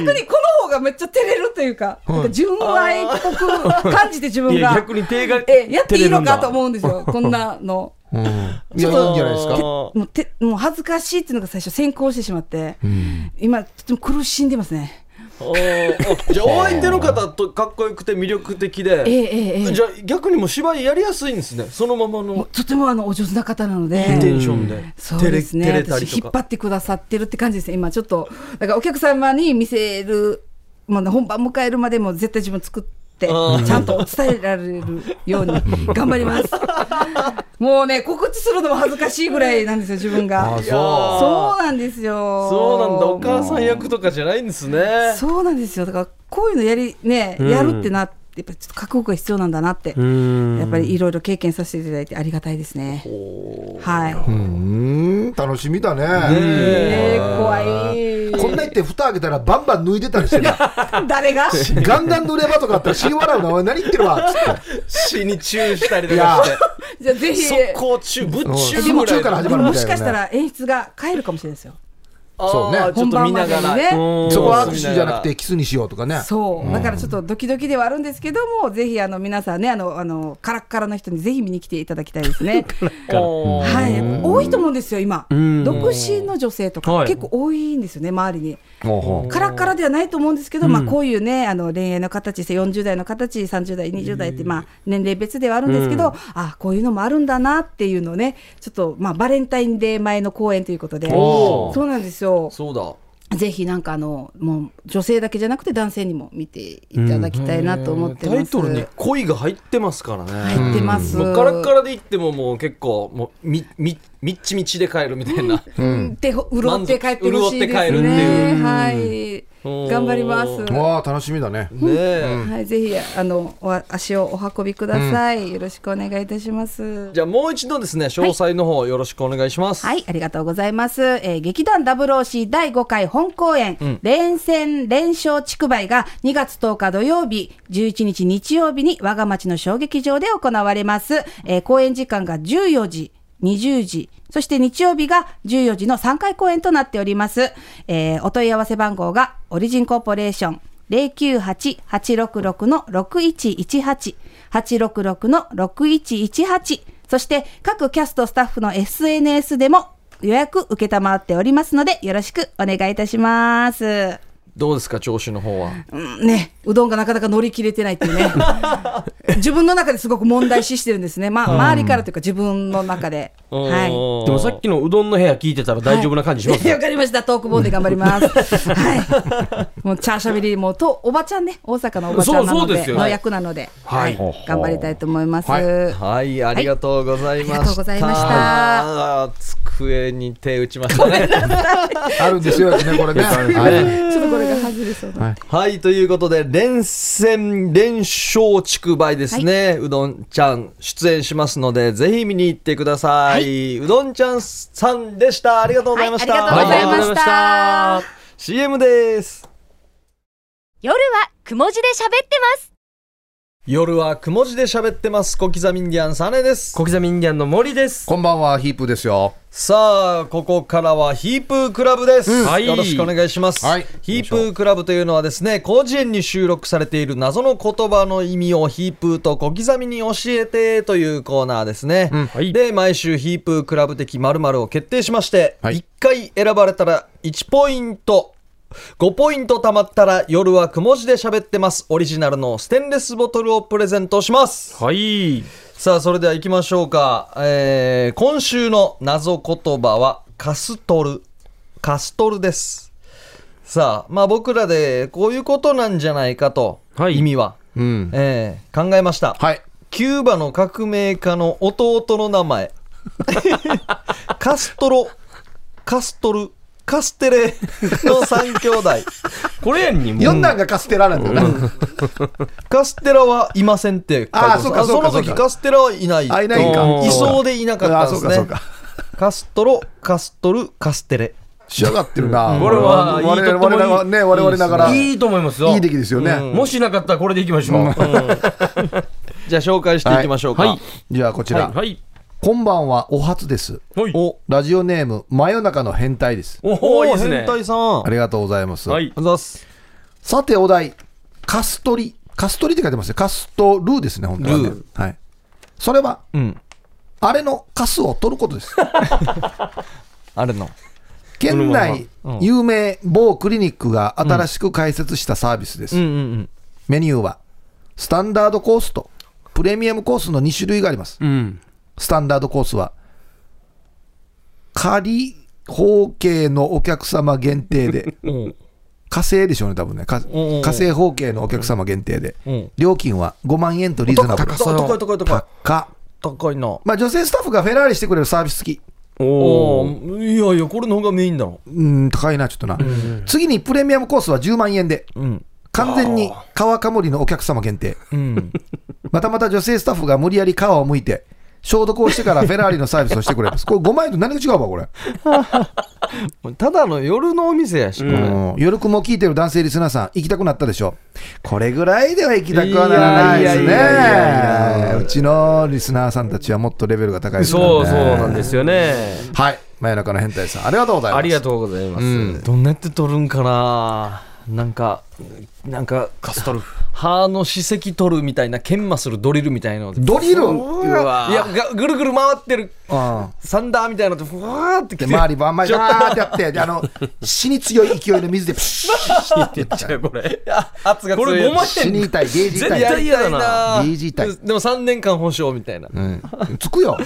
Speaker 4: 逆にこの方がめっちゃ照れるというか、なんか純愛っぽく感じて自分
Speaker 1: いや
Speaker 4: が
Speaker 1: 逆に手が
Speaker 4: えやってい
Speaker 1: 照れ
Speaker 4: いのか
Speaker 1: るんだ
Speaker 4: と思うんですよ、こんなの。
Speaker 2: うん、いやいいんじゃないですか
Speaker 3: あ
Speaker 4: もうてもう恥ずかしいっていうのが最初、先行してしまって、今、とても苦しんでますね。
Speaker 3: ーあ じゃあお相手の方とかっこよくて魅力的
Speaker 4: ええ
Speaker 3: で、
Speaker 4: ええええ
Speaker 3: じゃあ逆にもう芝居やりやすいんですねそのまま
Speaker 4: も
Speaker 3: の
Speaker 4: うとてもあのお上手な方なの
Speaker 3: テン
Speaker 4: で。
Speaker 3: ションで
Speaker 4: そう
Speaker 3: 照れ
Speaker 4: ですね
Speaker 3: 照れたり
Speaker 4: 私
Speaker 3: と
Speaker 4: 引
Speaker 3: か
Speaker 4: っ張ってくださってるって感じですね今ちょっとだからお客様に見せる、まあ、本番迎えるまでも絶対自分作ってち
Speaker 3: あー
Speaker 4: ゃんと伝えられるよ うに頑張りますもうね告知するのも恥ずかしいぐらいなんですよ自分が
Speaker 3: いやー
Speaker 4: そうなんですよ
Speaker 3: そうなんだお母さん役とかじゃないんですね
Speaker 4: そうなんですよだからこういうのやりねやるってなってやっぱりちょっと覚悟が必要なんだなって
Speaker 1: ん
Speaker 4: やっぱりいろいろ経験させていただいてありがたいですねはい
Speaker 2: うん楽しみだね
Speaker 4: えー怖い
Speaker 2: こんな言って蓋開けたらバンバン脱いでたり してな
Speaker 4: 誰が
Speaker 2: ガンガン塗ればとかあったら死に笑うなお前何言ってる わっつっ
Speaker 3: 死にチューしたりとかして
Speaker 4: じゃあぜひ
Speaker 3: 速攻チューぶっチュ
Speaker 2: で
Speaker 3: ーぐ
Speaker 2: も
Speaker 3: らい
Speaker 2: 中から
Speaker 4: で
Speaker 2: 始ま
Speaker 4: も
Speaker 2: るみたいなね
Speaker 4: もしかしたら演出が変えるかもしれないですよ
Speaker 3: あー
Speaker 2: そうね
Speaker 3: ちょっと見なが
Speaker 4: 本番
Speaker 3: ら
Speaker 4: までにね
Speaker 2: て
Speaker 1: ん
Speaker 2: そこは握手じゃなくてキスにしようとかね
Speaker 4: そうだからちょっとドキドキではあるんですけどもぜひあの皆さんねあのあのカラッカラの人にぜひ見に来ていただきたいですね
Speaker 3: おー
Speaker 4: はい多いと思うんですよ今独身の女性と
Speaker 1: は
Speaker 4: か
Speaker 1: い
Speaker 4: 結構多いんですよね周りに
Speaker 2: ほうほ
Speaker 4: カラッカラではないと思うんですけど、まあ、こういうねあの恋愛の形して40代の形30代20代って、まあ、年齢別ではあるんですけど、あこういうのもあるんだなっていうのをねちょっと、まあ、バレンタインデー前の公演ということで
Speaker 3: おー
Speaker 4: そうなんですよ
Speaker 3: そうだ
Speaker 4: ぜひなんかあのもう女性だけじゃなくて男性にも見ていただきたいなと思ってます。
Speaker 3: タイトルに恋が入ってますからね
Speaker 4: 入ってます。
Speaker 3: もうカラッカラで言ってももう結構もうみみみっちみちで帰るみたいな
Speaker 4: で潤って帰ってほしい
Speaker 3: 満足潤って
Speaker 4: で
Speaker 3: 帰
Speaker 4: す
Speaker 3: るって
Speaker 4: ね。
Speaker 3: い
Speaker 4: はい、
Speaker 3: うん
Speaker 4: 頑張ります。
Speaker 3: う
Speaker 2: うわあ楽しみだね
Speaker 3: ねえ
Speaker 4: はい、ぜひあのお足をお運びください、よろしくお願いいたします。
Speaker 3: じゃあもう一度ですね詳細の方よろしくお願いします
Speaker 4: はい、ありがとうございます。えー劇団 WOC 第5回本公演、連戦連勝地区梅が2月10日土曜日、11日日曜日に我が町の小劇場で行われます。えー公演時間が14時、20時、そして日曜日が14時の3回公演となっております。えーお問い合わせ番号がオリジンコーポレーション098-866の6118 866の6118そして各キャストスタッフの SNS でも予約受けたまわっておりますのでよろしくお願いいたします。
Speaker 3: どうですか調子の方は
Speaker 4: うんね、うどんがなかなか乗り切れてないって いうね自分の中ですごく問題視してるんですね、まあ、周りからというか自分の中で。は
Speaker 1: で
Speaker 4: い
Speaker 1: もさっきのうどんの部屋聞いてたら大丈夫な感じします
Speaker 4: はい
Speaker 1: よ
Speaker 4: わかりました。トークボーンで頑張ります。はい。もうチャーシャベリーもとおばちゃんね、大阪のおばちゃんな
Speaker 1: そう
Speaker 4: の
Speaker 1: そうです
Speaker 4: で
Speaker 1: よ
Speaker 4: の役なので、はい、頑張りたいと思います。
Speaker 2: は
Speaker 3: はいありがとうございました、
Speaker 4: はいありがとうございました
Speaker 3: あー机に手打ちました ね
Speaker 2: あるんですよねこれねはい
Speaker 4: ちょっとこれが外れそうだ。
Speaker 3: はい、ということで、連戦連勝地区梅ですね、うどんちゃん出演しますので、ぜひ見に行ってください。うどんちゃんさんでした。ありがとうございました。
Speaker 4: はいありがとう
Speaker 3: は
Speaker 4: ございました
Speaker 3: ありがとうございました CM です。
Speaker 5: 夜はくも字で喋ってます。
Speaker 3: 夜はくも字で喋ってます。小刻みインディアンサネです。
Speaker 1: 小刻みインディアンの森です
Speaker 2: こんばんはヒープーですよ
Speaker 3: さあ、ここからはヒープークラブです。
Speaker 1: はい
Speaker 3: よろしくお願いします。
Speaker 2: はい
Speaker 3: ヒープークラブというのはですね、広辞苑に収録されている謎の言葉の意味をヒープーと小刻みに教えてというコーナーですね。
Speaker 1: はい
Speaker 3: で、毎週ヒープークラブ的〇〇を決定しまして、
Speaker 2: はい
Speaker 3: 1回選ばれたら1ポイント。 5ポイント貯まったら夜はくも字で喋ってますオリジナルのステンレスボトルをプレゼントします
Speaker 6: はい。
Speaker 3: さあそれでは行きましょうか、えー今週の謎言葉はカストルカストルですさあまあ僕らでこういうことなんじゃないかと、
Speaker 6: はい
Speaker 3: 意味は、
Speaker 2: うん。
Speaker 3: えー考えました、
Speaker 2: はい。
Speaker 3: キューバの革命家の弟の名前 カストロカストルカステレの3兄弟
Speaker 6: これやんにもう。
Speaker 2: いろんなんがカステラなんだよな。
Speaker 3: カステラはいませんって書いてます
Speaker 2: あーそうかそうか
Speaker 3: の時
Speaker 2: そうか
Speaker 3: カステラはいない
Speaker 2: あいないん
Speaker 6: う
Speaker 2: か。
Speaker 6: ん
Speaker 3: いそう
Speaker 2: で。
Speaker 3: でいなか
Speaker 2: あ、
Speaker 3: ったんで
Speaker 2: そう
Speaker 3: す
Speaker 2: かそう
Speaker 3: ね
Speaker 2: か。
Speaker 3: カストロカストルカステレ
Speaker 2: 仕上がってるな。
Speaker 6: これは、
Speaker 2: 我々我々はね、我々ながら。
Speaker 6: い
Speaker 2: い
Speaker 6: いと思いますよ。
Speaker 2: い出来ですよね。
Speaker 6: もしなかったらこれでいきましょう。
Speaker 3: じゃあ紹介していきましょうか、
Speaker 6: はい。
Speaker 2: じゃあこちら。
Speaker 6: はい。
Speaker 2: こんばんは、お初です。
Speaker 6: はい。
Speaker 3: お
Speaker 2: ラジオネーム、真夜中の変態です。
Speaker 6: おお、いいですね
Speaker 3: 変。態さんあ
Speaker 2: ありがとうございます。
Speaker 6: はい。
Speaker 3: りがとうございます
Speaker 2: さて、お題。カストリ。カストリって書いてますよ。カストルーですね、本当はね
Speaker 3: ルー。
Speaker 2: はい。それは、
Speaker 3: うん
Speaker 2: あれのカスを取ることです。
Speaker 3: あれの
Speaker 2: 県内有名某クリニックが新しく開設したサービスです、
Speaker 3: うんうんうん
Speaker 2: メニューはスタンダードコースとプレミアムコースの2種類があります、
Speaker 6: うん。
Speaker 2: スタンダードコースは仮包茎のお客様限定で
Speaker 3: うん
Speaker 2: 火星でしょうね多分ねか
Speaker 3: んうんうん
Speaker 2: 火星包茎のお客様限定で、
Speaker 3: うん
Speaker 2: 料金は5万円とリーズナブル
Speaker 3: 高い高い高い高い
Speaker 2: 高
Speaker 3: 高いな
Speaker 2: まあ女性スタッフがフェラーリしてくれるサービス付き
Speaker 6: お
Speaker 3: お
Speaker 6: お。
Speaker 3: ーいやいやこれの方がメインだろ
Speaker 2: うん高いなちょっとな、次にプレミアムコースは10万円で
Speaker 3: うん
Speaker 2: 完全に川かむりのお客様限定
Speaker 3: うん
Speaker 2: またまた女性スタッフが無理やり皮を剥いて消毒をしてからフェラーリのサービスをしてくれますこれ5万円と何が違うわこれ、
Speaker 3: ただの夜のお店やし、これ
Speaker 2: うん、夜くも聞いてる男性リスナーさん行きたくなったでしょこれぐらいでは行きたくはならないです
Speaker 3: いやいやいやいや
Speaker 2: ねうちのリスナーさんたちはもっとレベルが高いですからね
Speaker 6: そうそうなんですよね。
Speaker 2: はい真夜中の変態さんありがとうございます
Speaker 6: ありがとうございます。
Speaker 3: どんなやって取るんかななんかなんかカストル歯の歯石取るみたいな研磨するドリルみたいなので
Speaker 2: ドリル
Speaker 3: いやがぐるぐる回ってる
Speaker 2: うん
Speaker 3: サンダーみたいなのでふわーって
Speaker 2: で
Speaker 3: きて
Speaker 2: 周りばんまりだーってやってであの死に強い勢いの水 でプシューってやっちゃう
Speaker 6: これ。
Speaker 3: あ圧が強い
Speaker 6: これごま
Speaker 2: 死に痛いゲージ
Speaker 6: 絶
Speaker 2: 痛
Speaker 6: 対
Speaker 2: い
Speaker 3: やりたいな
Speaker 2: DG 対
Speaker 3: でも3年間保証みたいな
Speaker 2: うんつくよ。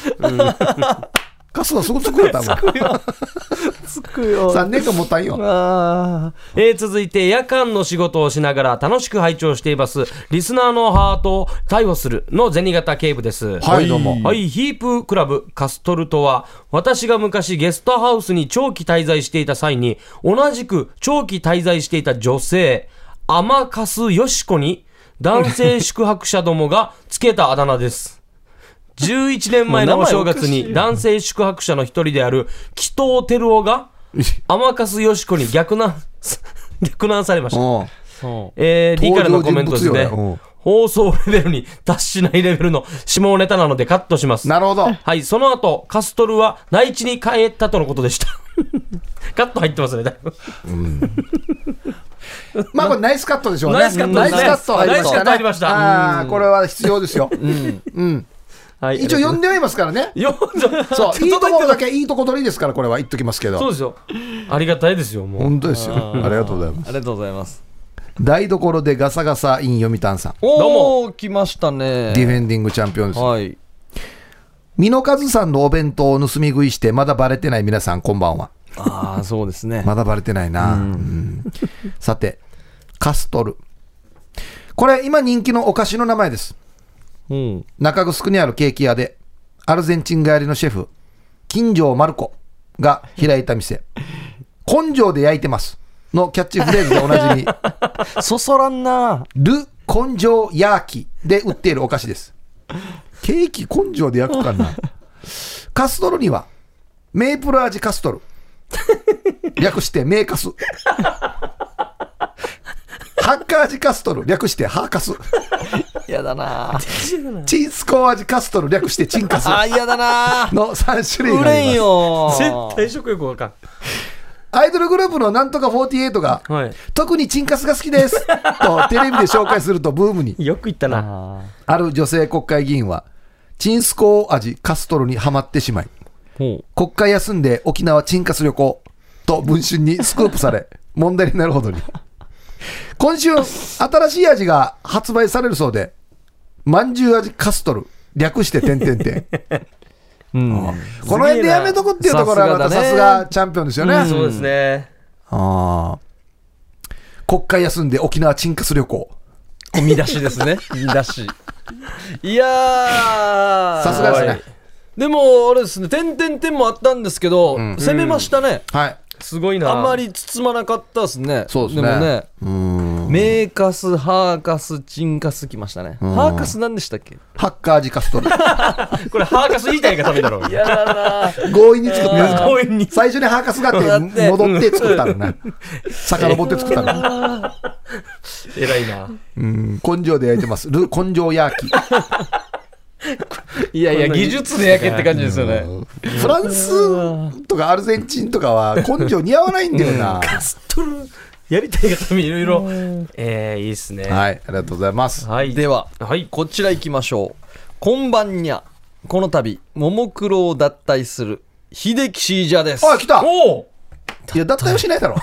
Speaker 2: カスはすぐつくよ、多分。
Speaker 3: つくよ
Speaker 2: 3年間もったんよ。
Speaker 3: あ
Speaker 6: えー続いて、夜間の仕事をしながら楽しく拝聴しています。リスナーのハートを逮捕するの銭形警部です。
Speaker 2: はいどうも
Speaker 6: はい、ヒープクラブカストルとは、私が昔ゲストハウスに長期滞在していた際に、同じく長期滞在していた女性、アマカスヨシコに、男性宿泊者どもがつけたあだ名です。11年前のお正月に男性宿泊者の一人である紀藤照夫 が天笠よし子に逆難 逆難されました、えー、D からのコメントです
Speaker 2: 登場
Speaker 6: ね
Speaker 2: 人物よね
Speaker 6: 放送レベルに達しないレベルの下ネタなのでカットします
Speaker 2: なるほど。
Speaker 6: はいその後カストルは内地に帰ったとのことでした カット入ってますねだいぶ
Speaker 2: まあこれナイスカットでしょうね。
Speaker 6: ナイスカット
Speaker 2: ナイスカット入りまし
Speaker 6: ナイス
Speaker 2: たね。
Speaker 6: カット入りました
Speaker 2: ああー、これは必要ですよ。うん。
Speaker 6: はい
Speaker 2: 一応呼んではいますからね。
Speaker 6: よ
Speaker 2: そう、いいところだけ、いいとこ取りですから、これは言っときますけ
Speaker 6: そう
Speaker 2: ど。
Speaker 6: ですよありがたいですよ もう
Speaker 2: 本当ですよ。ありがとうございます。
Speaker 3: りがとうございます
Speaker 2: 台所でガサガサイン読谷さん。
Speaker 3: おお来ましたね
Speaker 2: ディフェンディングチャンピオンです。
Speaker 3: はい
Speaker 2: 美濃和さんのお弁当を盗み食いして、まだバレてない皆さん、こんばんは。
Speaker 3: ああそうですね
Speaker 2: まだバレてないな。うんさて、カストル。これ、今人気のお菓子の名前です。
Speaker 3: うん
Speaker 2: 中城にあるケーキ屋で、アルゼンチン帰りのシェフ、金城マルコが開いた店、根性で焼いてます。のキャッチフレーズでおなじみ、
Speaker 3: そそらんな
Speaker 2: ル根性焼きで売っているお菓子です。ケーキ根性で焼くかな。カストルには、メープル味カストル。略してメーカス。ハッカー味カストル。略してハーカス。
Speaker 3: 嫌だ な
Speaker 2: チンスコー味カストル。略してチンカス。
Speaker 3: あー嫌だな
Speaker 2: の3種類
Speaker 3: 売
Speaker 2: があ
Speaker 3: れん
Speaker 2: ります。
Speaker 3: よ
Speaker 6: 絶対食欲わか
Speaker 2: アイドルグループのなんとか48が、
Speaker 6: んはい
Speaker 2: 特にチンカスが好きです。とテレビで紹介するとブームに。
Speaker 6: よく言ったな
Speaker 2: ある女性国会議員は、チンスコー味カストルにはまってしまい、
Speaker 3: ほ
Speaker 2: 国会休んで沖縄チンカス旅行と文春にスクープされ、問題になるほどに。今週、新しい味が発売されるそうで、まんじゅう味カストル、略して点々点。
Speaker 3: うん。
Speaker 2: この辺でやめとくっていうところはまたさ
Speaker 3: さ
Speaker 2: す
Speaker 3: す
Speaker 2: が
Speaker 3: が
Speaker 2: チャンピオンですよね。
Speaker 6: そうですね。
Speaker 2: ああ。国会休んで沖縄沈活旅行。
Speaker 3: 見出しですね。 見出し。いやー。
Speaker 2: さすがですね。
Speaker 3: でも、あれですね、点々点もあったんですけど、攻めましたね。
Speaker 2: はい。
Speaker 6: すごいな。
Speaker 3: あんまり包まなかったですね。
Speaker 2: そうですね
Speaker 3: もね、
Speaker 2: うーん。
Speaker 3: メーカス、ハーカス、チンカスきましたね。ハーカス何でしたっけ
Speaker 2: ハッカー味カストル。
Speaker 6: これ、ハーカス言いたいがためだ ろ。いや、
Speaker 2: 強引に作ったん
Speaker 6: 強引に
Speaker 2: 最初にハーカスがあ
Speaker 3: だ
Speaker 2: っ
Speaker 3: ってて
Speaker 2: 戻って作ったのな。遡って作ったのな。
Speaker 6: 偉いな。
Speaker 2: うん根性で焼いてます。ル根性焼き。
Speaker 3: いやいや、技術で焼けって感じですよね。
Speaker 2: フランスとかアルゼンチンとかは根性似合わないんだよな。
Speaker 6: カストル、やりたいがためいろいろ。えー、いいっすね。
Speaker 2: はい、ありがとうございます。
Speaker 6: はい。
Speaker 3: では、
Speaker 6: はい。
Speaker 3: こちら行きましょう。こんばんにゃ。この度、ももクロを脱退する、秀樹シージャーです。
Speaker 2: あ、来た
Speaker 6: お
Speaker 2: いや、脱退はしないだろ。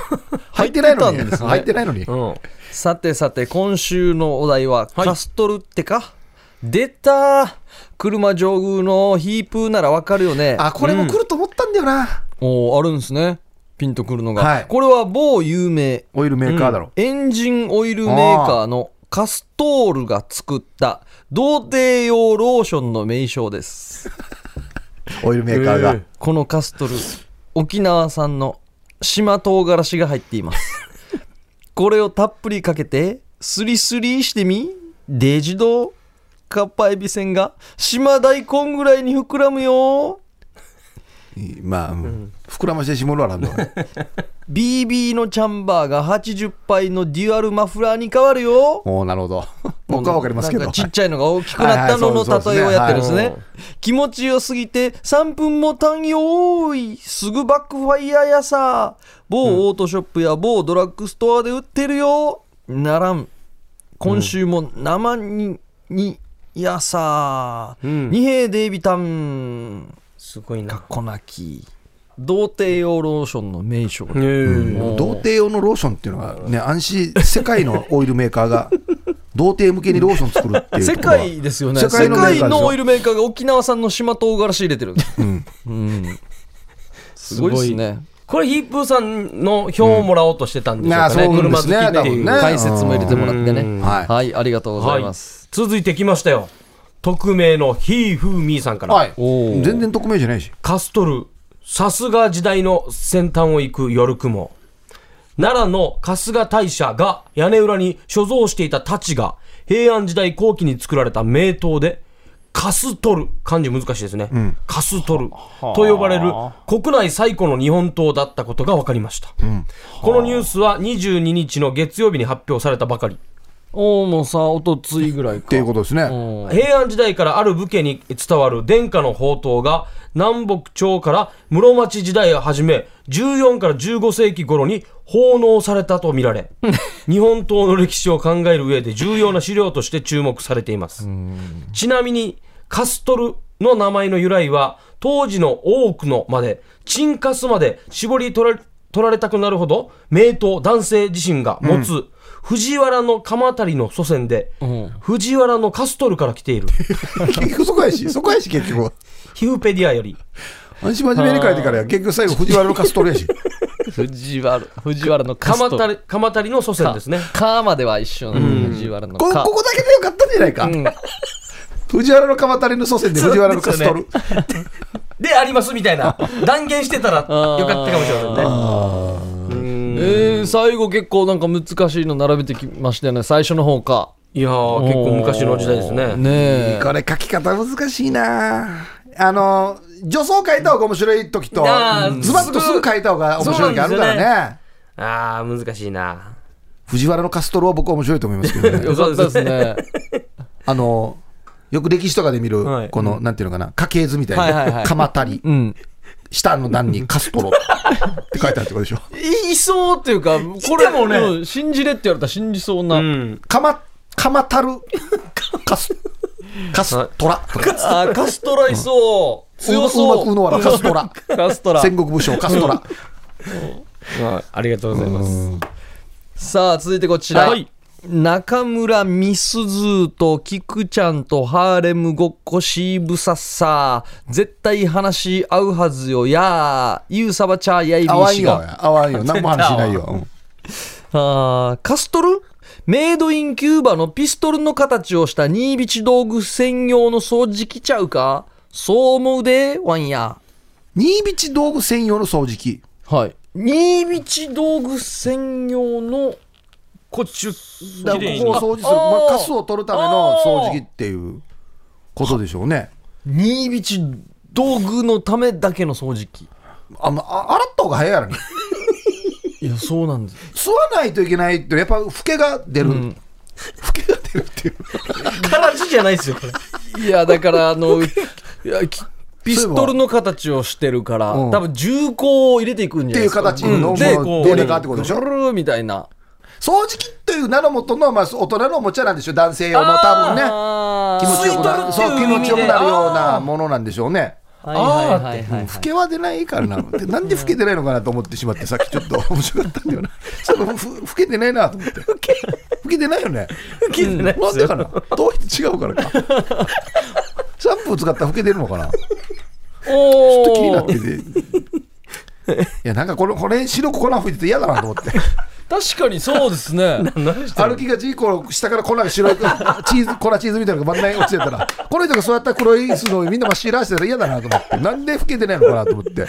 Speaker 2: 入ってないのに。
Speaker 3: 入ってたんですね
Speaker 2: 入ってないのに。
Speaker 6: お、うん、
Speaker 3: さてさて、今週のお題は、
Speaker 6: はい
Speaker 3: カストルってか出たー車上宮のヒープーならわかるよね。
Speaker 2: あ、これも来ると思ったんだよな。
Speaker 3: おーあるんですね。ピンとくるのが。
Speaker 2: はい
Speaker 3: これは某有名
Speaker 2: オイルメーカーだろ。
Speaker 3: エンジンオイルメーカーのカストールが作った童貞用ローションの名称です。
Speaker 2: オイルメーカーが。
Speaker 3: このカストル、沖縄産の島唐辛子が入っています。これをたっぷりかけて、スリスリしてみ、デジドー、かっぱえびせんが島大根ぐらいに膨らむよ。
Speaker 2: まあ、うん膨らましてしもろなんだよね。
Speaker 3: BB のチャンバーが80杯のデュアルマフラーに変わるよ。
Speaker 2: おーなるほど。僕はわかりますけ
Speaker 3: な
Speaker 2: ど
Speaker 3: ん。ちっちゃいのが大きくなったのの
Speaker 2: はいはいそう
Speaker 3: 例えをやってるん
Speaker 2: そ
Speaker 3: で
Speaker 2: う
Speaker 3: す
Speaker 2: ですね
Speaker 3: ね。気持ちよすぎて3分も単んよーい。すぐバックファイヤーやさ。某オートショップや某ドラッグストアで売ってるよ。ならん。今週も生に、に、やさ。
Speaker 6: ん
Speaker 3: 二平デイビタン。
Speaker 6: すごい
Speaker 3: かっ
Speaker 6: な。
Speaker 3: こなき。童貞用ローションの名称。
Speaker 6: えー
Speaker 2: もう童貞用のローションっていうのがね、安心、世界のオイルメーカーが、童貞向けにローション作るっていう
Speaker 3: 世
Speaker 2: ところは。
Speaker 3: 界ですよね
Speaker 2: 世
Speaker 3: 世界
Speaker 2: 界
Speaker 3: の
Speaker 2: のメーカーでしょ
Speaker 3: オイルメーカーが沖縄産の島唐辛子入れてるんです、うんすごいですね
Speaker 6: これ、ヒップーさんの票をもらおうとしてたんでしょうかね。
Speaker 2: うんあーそう
Speaker 6: 車
Speaker 2: で
Speaker 6: 好
Speaker 2: す
Speaker 6: き
Speaker 2: ね
Speaker 6: っていう。
Speaker 2: 多分ね
Speaker 3: 解説も入れてもらってね、
Speaker 6: うん
Speaker 2: は
Speaker 3: はいい、ありがとうございます、
Speaker 6: 続いてきましたよ。匿名のヒーフーミーさんから。
Speaker 2: はい。
Speaker 3: おー
Speaker 2: 全然匿名じゃないし。
Speaker 6: カストル、さすが時代の先端を行く夜雲。奈良の春日大社が屋根裏に所蔵していた太刀が平安時代後期に作られた名刀で、カストル、漢字難しいですね。カストルと呼ばれる国内最古の日本刀だったことが分かりました。このニュースは22日の月曜日に発表されたばかり。
Speaker 3: おおもうさおとついぐらいか
Speaker 2: っていうことですね。
Speaker 3: うん
Speaker 6: 平安時代からある武家に伝わる殿下の宝刀が南北朝から室町時代をはじめ14から15世紀頃に奉納されたとみられ日本刀の歴史を考える上で重要な資料として注目されていますちなみにカストルの名前の由来は当時の多くのまでチンカスまで絞り取ら取られたくなるほど名刀男性自身が持つ、藤原の鎌足りの祖先で、藤原のカストルから来てい る。
Speaker 2: 結局そこやし、そこやし、結局。
Speaker 6: ヒフペディアより。
Speaker 2: 安心真面目に書いてからや、結局最後、藤原のカストルやし。
Speaker 3: 藤原藤原のカ
Speaker 6: 鎌
Speaker 3: スト
Speaker 6: 足
Speaker 3: ル
Speaker 6: り、鎌足りの祖先ですね。
Speaker 3: カーまでは一緒なの、藤原の
Speaker 2: こ
Speaker 3: カ
Speaker 2: ここだけでよかったんじゃないか。藤原の鎌足りの祖先で藤原のカストル。
Speaker 6: で、ありますみたいな。断言してた らよかったかもしれませんね。うん
Speaker 3: えー、最後結構なんか難しいの並べてきましたよね最初の方か
Speaker 6: いやー、結構昔の時代ですね。
Speaker 3: ねえ
Speaker 2: これ書き方難しいなあの女装書いた方が面白い時と
Speaker 6: あー
Speaker 2: ズバッとすぐ書いた方が面白い時あるから
Speaker 6: そう
Speaker 2: ね
Speaker 6: あー、難しいな。
Speaker 2: 藤原のカストロは僕は面白いと思いますけ どね
Speaker 3: よかったですね
Speaker 2: あのよく歴史とかで見る、
Speaker 6: はい
Speaker 2: この、なんていうのかな、家系図みたいな、
Speaker 3: はいはいはい
Speaker 2: 鎌足り、
Speaker 3: うん
Speaker 2: 下の段にカストロって書いてあるってことでしょ。
Speaker 3: いいそうっていうか、これもね、うん信じれって言われたら信じそうな。
Speaker 6: うん。
Speaker 2: 鎌、鎌足る、カス、カストラとか。
Speaker 3: あー、カストラいそう。強そう
Speaker 2: うまくうのわらカストラ。
Speaker 3: カストラ。
Speaker 2: 戦国武将カストラ。
Speaker 6: まあありがとうございます。
Speaker 3: さあ続いてこちら、
Speaker 6: はい
Speaker 3: 中村みすずと菊ちゃんとハーレムごっこしーぶさっさ絶対話し合うはずよやーゆうさばちゃやいび
Speaker 2: あわん
Speaker 3: し
Speaker 2: よ
Speaker 3: が、
Speaker 2: あわんよ、何も話しないよ。うん
Speaker 3: あーカストルメイドインキューバのピストルの形をしたニービチ道具専用の掃除機ちゃうかそう思うでワンや
Speaker 2: 新道道具専用の掃除機。
Speaker 3: はいニービチ道具専用の
Speaker 6: こっち、
Speaker 2: だか
Speaker 6: 綺麗に
Speaker 2: らここを掃除する、
Speaker 3: あ
Speaker 2: ま
Speaker 3: あー
Speaker 2: あ、カスを取るための掃除機っていうことでしょうね。
Speaker 3: 新ビチ道具のためだけの掃除機
Speaker 2: あまあ洗った方が早いやろね。
Speaker 3: いやそうなんです
Speaker 2: 吸わないといけないって、やっぱ老けが出る。老けが出るっていう。
Speaker 6: からじじゃないです よ、これ。
Speaker 3: いやだからあのいやきピストルの形をしてるから、
Speaker 2: うん
Speaker 3: 多分銃口を入れていくんじゃ
Speaker 2: って
Speaker 3: ないで
Speaker 2: いう
Speaker 3: すか
Speaker 2: 形の、
Speaker 6: うんで
Speaker 2: も
Speaker 6: こ
Speaker 2: う
Speaker 6: う
Speaker 2: どうにかってことでしょ
Speaker 3: ぐるるみたいな
Speaker 2: 掃除機という名のもとの、まあ、大人のおもちゃなんでしょう男性用の多分ね
Speaker 3: あー
Speaker 2: 気持ちよくなる
Speaker 6: 吸い
Speaker 2: そう
Speaker 6: 取るっていう
Speaker 2: 気
Speaker 6: 意
Speaker 2: 持
Speaker 6: 味で
Speaker 2: ちよくなるようなものなんでしょうね
Speaker 3: はいはいはいはい、
Speaker 2: 老けは出ないからなでなんで老けてないのかなと思ってしまってさっきちょっと面白かったんだよなそのふ老けてないなと思って老けてないよね老けてないなんでかな頭皮違うからかシャンプー使ったら老けてるのかな
Speaker 3: お
Speaker 2: 気になっ
Speaker 3: ー
Speaker 2: てていやなんかこれこれ白く粉吹いてて嫌だなと思って
Speaker 3: 確かにそうです ね
Speaker 2: 歩きがちこう下から粉が白いチ ーズ粉チーズみたいなのが真ん中に落ちてたらこの人が座った黒い椅子の上みんな真っ白らしてたら嫌だなと思ってなんで老けてないのかなと思って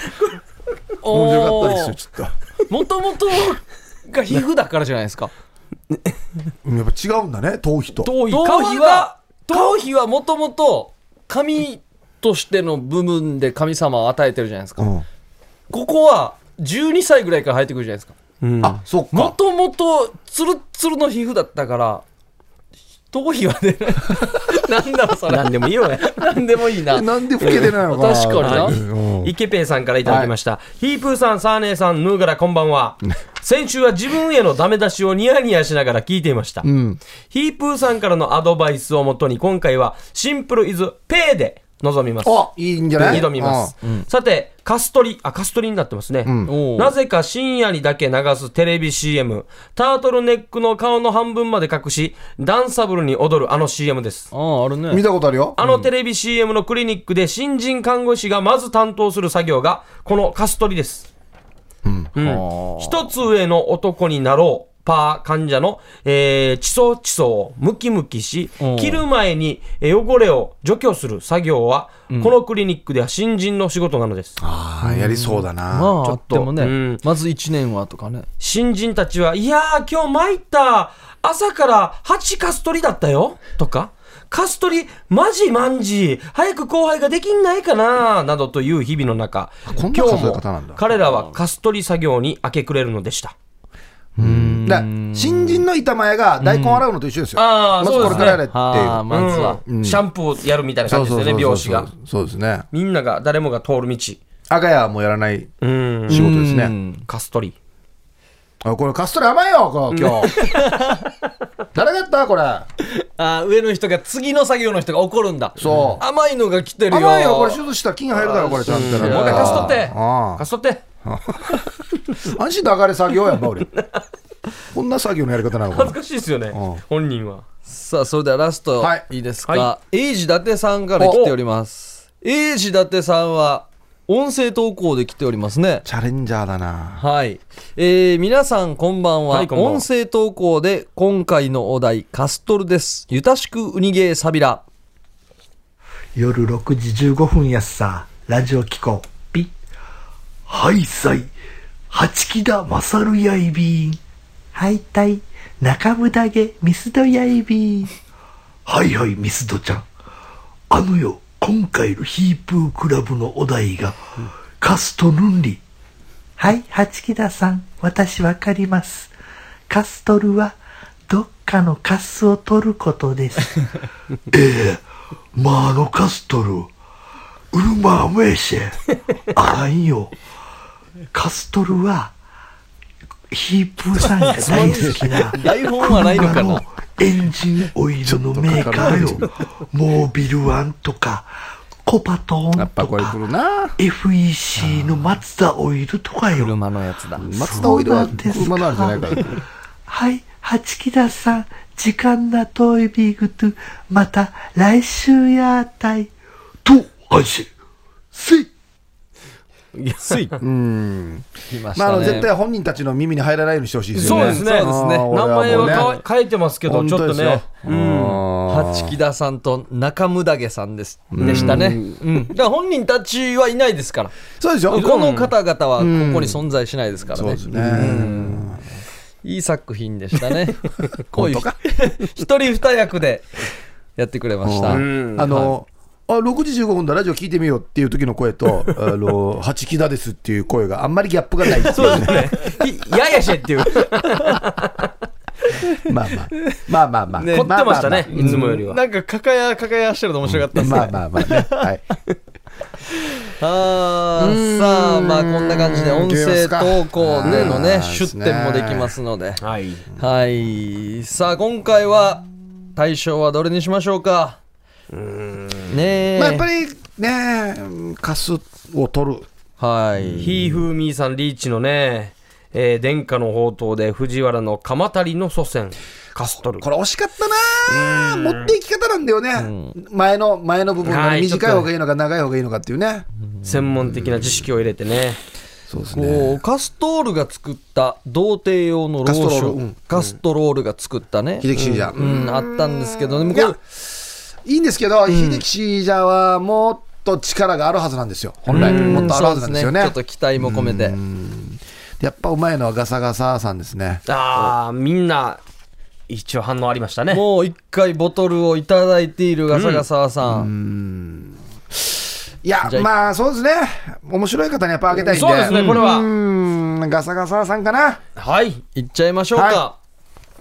Speaker 2: 面白かったですよちょっ
Speaker 3: もともとが皮膚だからじゃないですか
Speaker 2: とうんやっぱ違うんだね頭皮と
Speaker 3: 頭皮は頭皮はもともと神としての部分で神様を与えてるじゃないですか、
Speaker 2: うん
Speaker 3: ここは12歳ぐらいから生えてくるじゃないですか
Speaker 2: あそっ
Speaker 3: も
Speaker 2: か
Speaker 3: ともとつるつるの皮膚だったから頭皮は出ないなんだろうそれ
Speaker 6: なんでもいいよね。
Speaker 3: なんでもいいな
Speaker 2: なんで老けてないのかな
Speaker 3: 確かにな
Speaker 2: うん
Speaker 6: イケペイさんからいただきました、ヒープーさんサーネーさんヌーガラこんばん は先週は自分へのダメ出しをニヤニヤしながら聞いていました、ヒープーさんからのアドバイスをもとに今回はシンプルイズペイで臨みます
Speaker 2: あいいんじゃない
Speaker 6: 挑みます、さてカストリあカストリになってますね、
Speaker 3: おう
Speaker 6: なぜか深夜にだけ流すテレビ CM タートルネックの顔の半分まで隠しダンサブルに踊るあの CM です
Speaker 3: ああある
Speaker 2: うん見
Speaker 3: ね
Speaker 2: たことあるよ
Speaker 6: あのテレビ CM のクリニックで新人看護師がまず担当する作業がこのカス取りです。うん。一つ上の男になろう。パー患者の、えー、地層地層をムキムキし
Speaker 3: うん、
Speaker 6: 切る前にえー汚れを除去する作業は、このクリニックでは新人の仕事なのです。
Speaker 2: あーやりそうだ
Speaker 3: ま
Speaker 2: な
Speaker 3: ああってもね、
Speaker 6: うん
Speaker 3: まず1年はとかね
Speaker 6: 新人たちは、いやー、今日参った。朝から8カス取りだったよ。とか、カス取り、マジマンジ。早く後輩ができんないかな。などという日々の中、
Speaker 2: こんな
Speaker 6: 今
Speaker 2: 数
Speaker 6: 日
Speaker 2: え
Speaker 6: も
Speaker 2: 方なんだ
Speaker 6: 彼らはカス取り作業に明け暮れるのでした。
Speaker 2: だ新人の板前が大根洗うのと一緒ですよ
Speaker 6: あ
Speaker 2: ま
Speaker 6: ーそ
Speaker 2: ず
Speaker 6: う
Speaker 2: こ
Speaker 6: ですね
Speaker 2: れからやれって
Speaker 3: ああ
Speaker 2: いう
Speaker 3: まずは、
Speaker 6: うんシャンプーをやるみたいな感じですよね、
Speaker 2: そう
Speaker 6: 漁
Speaker 2: そう
Speaker 6: 師
Speaker 2: そう
Speaker 6: が。
Speaker 2: そうですね
Speaker 6: みんなが、誰もが通る道。
Speaker 2: 赤屋はもうやらない
Speaker 6: うん。
Speaker 2: 仕事です
Speaker 3: う
Speaker 2: ね。
Speaker 3: ん
Speaker 6: カス取り。
Speaker 2: あこれカストラ甘いよ、こう今日。 誰がやったこれ。
Speaker 3: ああ上の人が次の作業の人が怒るんだ
Speaker 2: そう。
Speaker 3: 甘いのが来てるよ
Speaker 2: 甘いよ、これ手術したら菌入るだろ、これちゃんと。
Speaker 3: うん
Speaker 6: もう一回カス取って
Speaker 2: あ
Speaker 6: カス取って
Speaker 2: あ安心と上がれ作業やんば、俺。こんな作業のやり方なのか
Speaker 6: 恥ず
Speaker 2: な。
Speaker 6: かしいですよね
Speaker 2: うん、
Speaker 6: 本人は。
Speaker 3: さあそれではラスト
Speaker 2: はい
Speaker 3: いいですか、
Speaker 6: は
Speaker 3: エイジ伊達さんから来ておりますエイジ伊達さんは音声投稿で来ておりますね
Speaker 2: チャレンジャーだな。
Speaker 3: はい、えー皆さんこんばんは、
Speaker 6: はいこんばんは
Speaker 3: 音声投稿で今回のお題カストルですゆたしくウニゲーサビラ
Speaker 7: 夜6時15分やっさ、ラジオ機構、ピッ。はい、さい。八木田勝るやいびん。はい、たい。中ぶだげ、ミスドやいびん。はいはい、ミスドちゃん。あのよ、今回のヒープークラブのお題が、カストルンリ。はい、八木田さん、私わかります。カストルは、どっかのカスを取ることです。 ええまあ、あのカストル、ウルマーメーシェ、あんよ。カストルは、ヒープーさんが大好きな、
Speaker 3: iPhone はないのかな
Speaker 7: エンジンオイルのメーカーよ。モービルワンとか、コパトー
Speaker 2: や
Speaker 7: ン
Speaker 2: っぱ
Speaker 7: と
Speaker 2: これ来
Speaker 7: か、
Speaker 2: るな
Speaker 7: FEC のマツダオイルとかよ。
Speaker 8: 馬のやつだ。
Speaker 2: 松田オイルは
Speaker 7: そうなんですか
Speaker 2: 車のあるじゃないから
Speaker 7: はい、八木田さん、時間なトイビーグと、また来週やたい。と、安心。せい。
Speaker 6: 安 い。
Speaker 8: 来まし
Speaker 2: まああ
Speaker 8: た
Speaker 2: の絶
Speaker 8: ね。
Speaker 2: 対本人たちの耳に入らないようにしてほしいですよ
Speaker 6: そう
Speaker 2: ね
Speaker 6: ですね。
Speaker 3: そうですね
Speaker 2: あー俺
Speaker 6: 名前
Speaker 2: もうね
Speaker 6: は変えてますけど、
Speaker 2: 本
Speaker 6: ちょっ
Speaker 2: 当
Speaker 6: と
Speaker 2: ですよ
Speaker 6: ね。
Speaker 2: うん
Speaker 3: 八木田さんと中村毛さんですでしたね。うん。だから本人たちはいないですから。
Speaker 2: そうですよ
Speaker 3: この方々はここに存在しないですから
Speaker 2: そう
Speaker 3: ね
Speaker 2: です。ね
Speaker 3: いい作品でしたね。こういう 一人二役でやってくれました。
Speaker 2: あの、あ6時15分だ、ラジオ聞いてみようっていう時の声 と、あの八木田ですっていう声があんまりギャップがないっていうね、
Speaker 6: いややしゃいっていう。凝って
Speaker 2: まあまあ、まあまあまあ、凝
Speaker 6: ましたね。いつもよりは。
Speaker 3: なんか、かかや、かかやしてるの面白かったですね。
Speaker 2: まあまあまあね、 はい、
Speaker 3: あーさあ、まあ、こんな感じで、音声投稿での
Speaker 2: う
Speaker 3: ね、
Speaker 2: ん
Speaker 3: 出展もできますので。
Speaker 6: はい。
Speaker 3: はい。さあ、今回は、対象はどれにしましょうかねえ。
Speaker 2: まあやっぱりね、カスを取る、
Speaker 3: はい。
Speaker 6: ひーふーみーさんリーチのね、えー殿下の宝刀で藤原の鎌足りの祖先、カストル。
Speaker 2: これ惜しかったなあ、持っていき方なんだよね、前の前の部分が
Speaker 6: はい
Speaker 2: 短い方がいいのか、長い方がいいのかっていうね、
Speaker 6: 専門的な知識を入れてね。
Speaker 2: そうですね、
Speaker 3: こうカストールが作った童貞用のローシ
Speaker 2: カストロールう
Speaker 3: ョン
Speaker 2: ん
Speaker 3: カストロールが作ったね
Speaker 2: 秀樹信者、
Speaker 3: うん、あったんですけどでもこ
Speaker 2: いや
Speaker 3: れ
Speaker 2: いいんですけど、秀樹信者はもっと力があるはずなんですよ、本来、もっとあるはずなんですよね。
Speaker 3: そうですねちょっと期待も込めて
Speaker 2: やっぱうまいのはガサガサさんですね。
Speaker 6: ああ、みんな、一応反応ありましたね。
Speaker 3: もう一回ボトルをいただいているガサガサさん、
Speaker 2: いや
Speaker 3: じゃ、あ
Speaker 2: まあそうですね。面白い方にやっぱあげたいんで。
Speaker 6: そうですねこれは
Speaker 2: うーん、ガサガサさんかな。
Speaker 6: はい。
Speaker 3: いっちゃいましょうか、
Speaker 2: は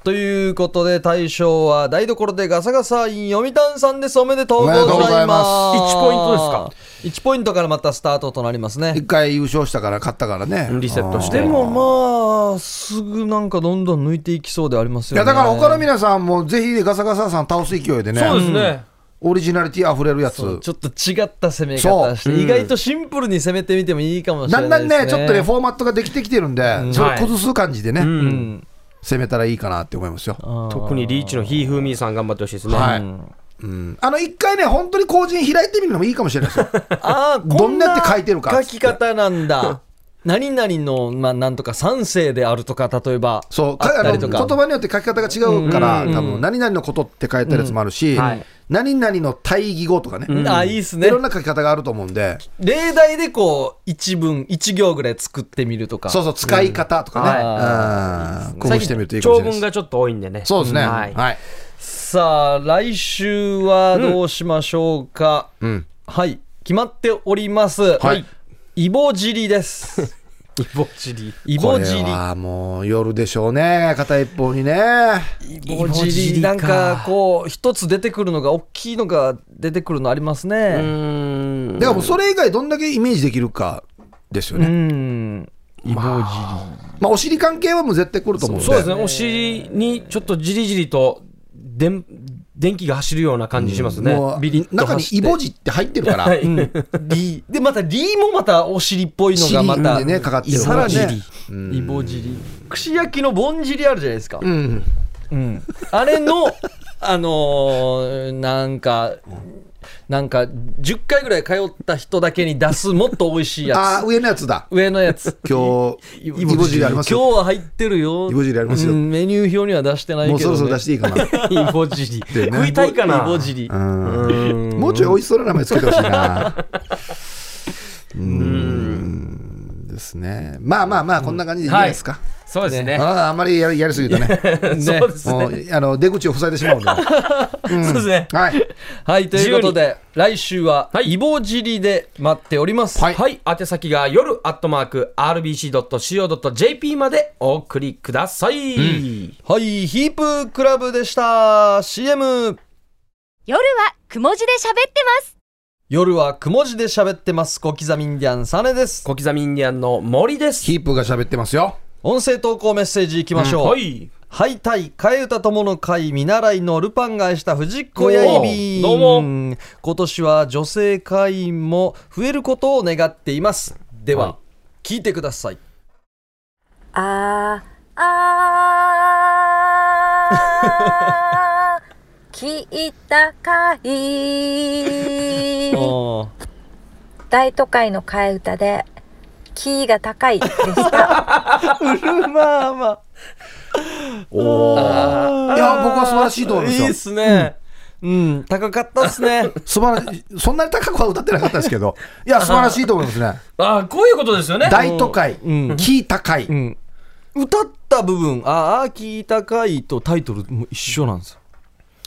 Speaker 3: ということで大賞は台所でガサガサイン読谷さんですおめでとうございます
Speaker 2: おめでとうございます
Speaker 6: 1ポイントです
Speaker 3: か1ポイントからまたスタートとなりますね
Speaker 2: 一回優勝したから、勝ったからね。
Speaker 6: リセットし
Speaker 2: あ
Speaker 6: て。
Speaker 2: ー
Speaker 3: でもまあすぐなんかどんどん抜いていきそうであります
Speaker 2: い
Speaker 3: よね
Speaker 2: や、だから他の皆さんもぜひガサガサさん倒す勢いでね。
Speaker 6: そうですね。
Speaker 2: オリジナリティ溢れるやつ。
Speaker 3: ちょっと違った攻め方し
Speaker 6: そ
Speaker 3: て、
Speaker 6: う
Speaker 3: 意外とシンプルに攻めてみてもいいかもし
Speaker 2: だ
Speaker 3: れ
Speaker 2: ん
Speaker 3: な
Speaker 2: だ
Speaker 3: いで
Speaker 2: ん
Speaker 3: すね。
Speaker 2: ね、ちょっとね、フォーマットができてきてるんで、それを崩す感じでね、
Speaker 3: うん
Speaker 2: 攻めたらいいかなって思いますよ。
Speaker 6: 特にリーチのひーふーみーさん頑張ってほしいですね。
Speaker 2: はい。うんあの、一回ね、本当に後陣開いてみるのもいいかもしれないですよ。
Speaker 3: ああ、
Speaker 2: どんなって書いてるか
Speaker 3: こんな書き方なんだ。何々の、まあ、なんとか三世であるとか、例えば。
Speaker 2: そう
Speaker 3: あ
Speaker 2: か
Speaker 3: っ
Speaker 2: あ
Speaker 3: た
Speaker 2: の
Speaker 3: りと
Speaker 2: 言
Speaker 3: か。
Speaker 2: 葉によって書き方が違うから、多分何々のことって書いてあるやつもあるし、
Speaker 6: はい
Speaker 2: 何々の対義語とかね、
Speaker 3: ああ、いいです
Speaker 2: い
Speaker 3: ね
Speaker 2: ろ。んな書き方があると思うんで、
Speaker 3: 例題でこう、一文、一行ぐらい作ってみるとか。
Speaker 2: そうそう、使い方とかね、うん工夫してみるといいかも
Speaker 6: 長
Speaker 2: し
Speaker 6: 文
Speaker 2: れないです。
Speaker 6: がちょっと多いんでね。
Speaker 2: そうですね、
Speaker 6: んは
Speaker 2: はい
Speaker 6: い。
Speaker 3: さあ、来週はどうしましょうか。はい。決まっております。
Speaker 2: はい。
Speaker 3: イボ尻 です。
Speaker 6: イボチリ。
Speaker 3: イボ
Speaker 2: これ
Speaker 3: 尻。
Speaker 2: はもう夜でしょうね、片一方にね。
Speaker 3: イボ尻なんかこう一つ出てくるのが大きいのが出てくるのあります
Speaker 6: う
Speaker 3: ね
Speaker 6: ーん。
Speaker 2: だからもうそれ以外、どんだけイメージできるかですよ
Speaker 3: う
Speaker 2: ね。
Speaker 3: んイボ
Speaker 2: まあ、お尻関係はもう絶対来ると思うんで、
Speaker 6: そうですね、お尻にちょっとじりじりと電電気が走るような感じしますね。
Speaker 2: もう
Speaker 6: ビリッと
Speaker 2: 中に
Speaker 6: 走って
Speaker 2: イボジって入ってるから、
Speaker 3: 尻リでまたリもまたお尻っぽいのがまた
Speaker 2: 尻にねかかってる
Speaker 3: さらに
Speaker 2: イボ尻
Speaker 3: イボ尻串焼きのぼん尻あるじゃないですか
Speaker 2: うん、
Speaker 3: うんあれのあのーなんかなんか10回ぐらい通った人だけに出すもっと美味しい
Speaker 2: あ
Speaker 3: や
Speaker 2: あ、上のやつだ
Speaker 3: つ。上のやつ
Speaker 2: 今日、イボジありますよ
Speaker 3: 今日は入ってるよ
Speaker 2: イボ尻ありますよ
Speaker 3: うんメニュー表には出してないけど、ね、
Speaker 2: もうそろそろ出していいかな。
Speaker 6: イボ尻。
Speaker 2: でね
Speaker 6: 食いたいかな。
Speaker 3: イボ尻
Speaker 2: うんもうちょい美味しそうな名前つけてほし いな。うん。ですね。まあまあまあ、こんな感じでいいんじゃないですか。
Speaker 6: そうですね。
Speaker 2: あああんまりやりやりすぎるとね、
Speaker 3: ね
Speaker 6: そうです
Speaker 2: も
Speaker 6: ね。
Speaker 2: うあの出口を塞いでしまう んで。は
Speaker 6: そうですね。
Speaker 2: い。
Speaker 3: はいということで来週はイボ尻で待っております、
Speaker 6: はい、宛先が夜アットマーク RBC.CO.JP までお送りください。
Speaker 3: はい、ヒープークラブでした CM
Speaker 5: 夜はくも字で喋ってます
Speaker 3: 夜はくも字で喋ってます小刻みインディアンサネです
Speaker 6: 小刻みインディアンの森です。
Speaker 2: ヒープが喋ってますよ。
Speaker 3: 音声投稿メッセージいきましょう、
Speaker 6: はい。
Speaker 3: 敗退、替え歌友の会、見習いのルパンが愛した藤子やいびん。
Speaker 6: おうどう
Speaker 3: 今年は女性会員も増えることを願っています。では、聞いてください。
Speaker 8: あーあー聞いたかい
Speaker 3: おー
Speaker 8: 大都会の替え歌でキーが高いでした。
Speaker 3: まあまあ。
Speaker 2: いや、僕は素晴らしいと思
Speaker 3: い
Speaker 2: います
Speaker 3: い
Speaker 2: よ
Speaker 3: っ。すね。うん、高かったっすね。
Speaker 2: 素晴らしい。そんなに高くは歌ってなかったですけど、いや、素晴らしいと思いますね。
Speaker 6: ああ、こういうことですよね。
Speaker 2: 大都会、
Speaker 3: ん
Speaker 2: キー高い。
Speaker 3: うん。歌った部分、ああ、聞いたかいとタイトルも一緒なんですよ。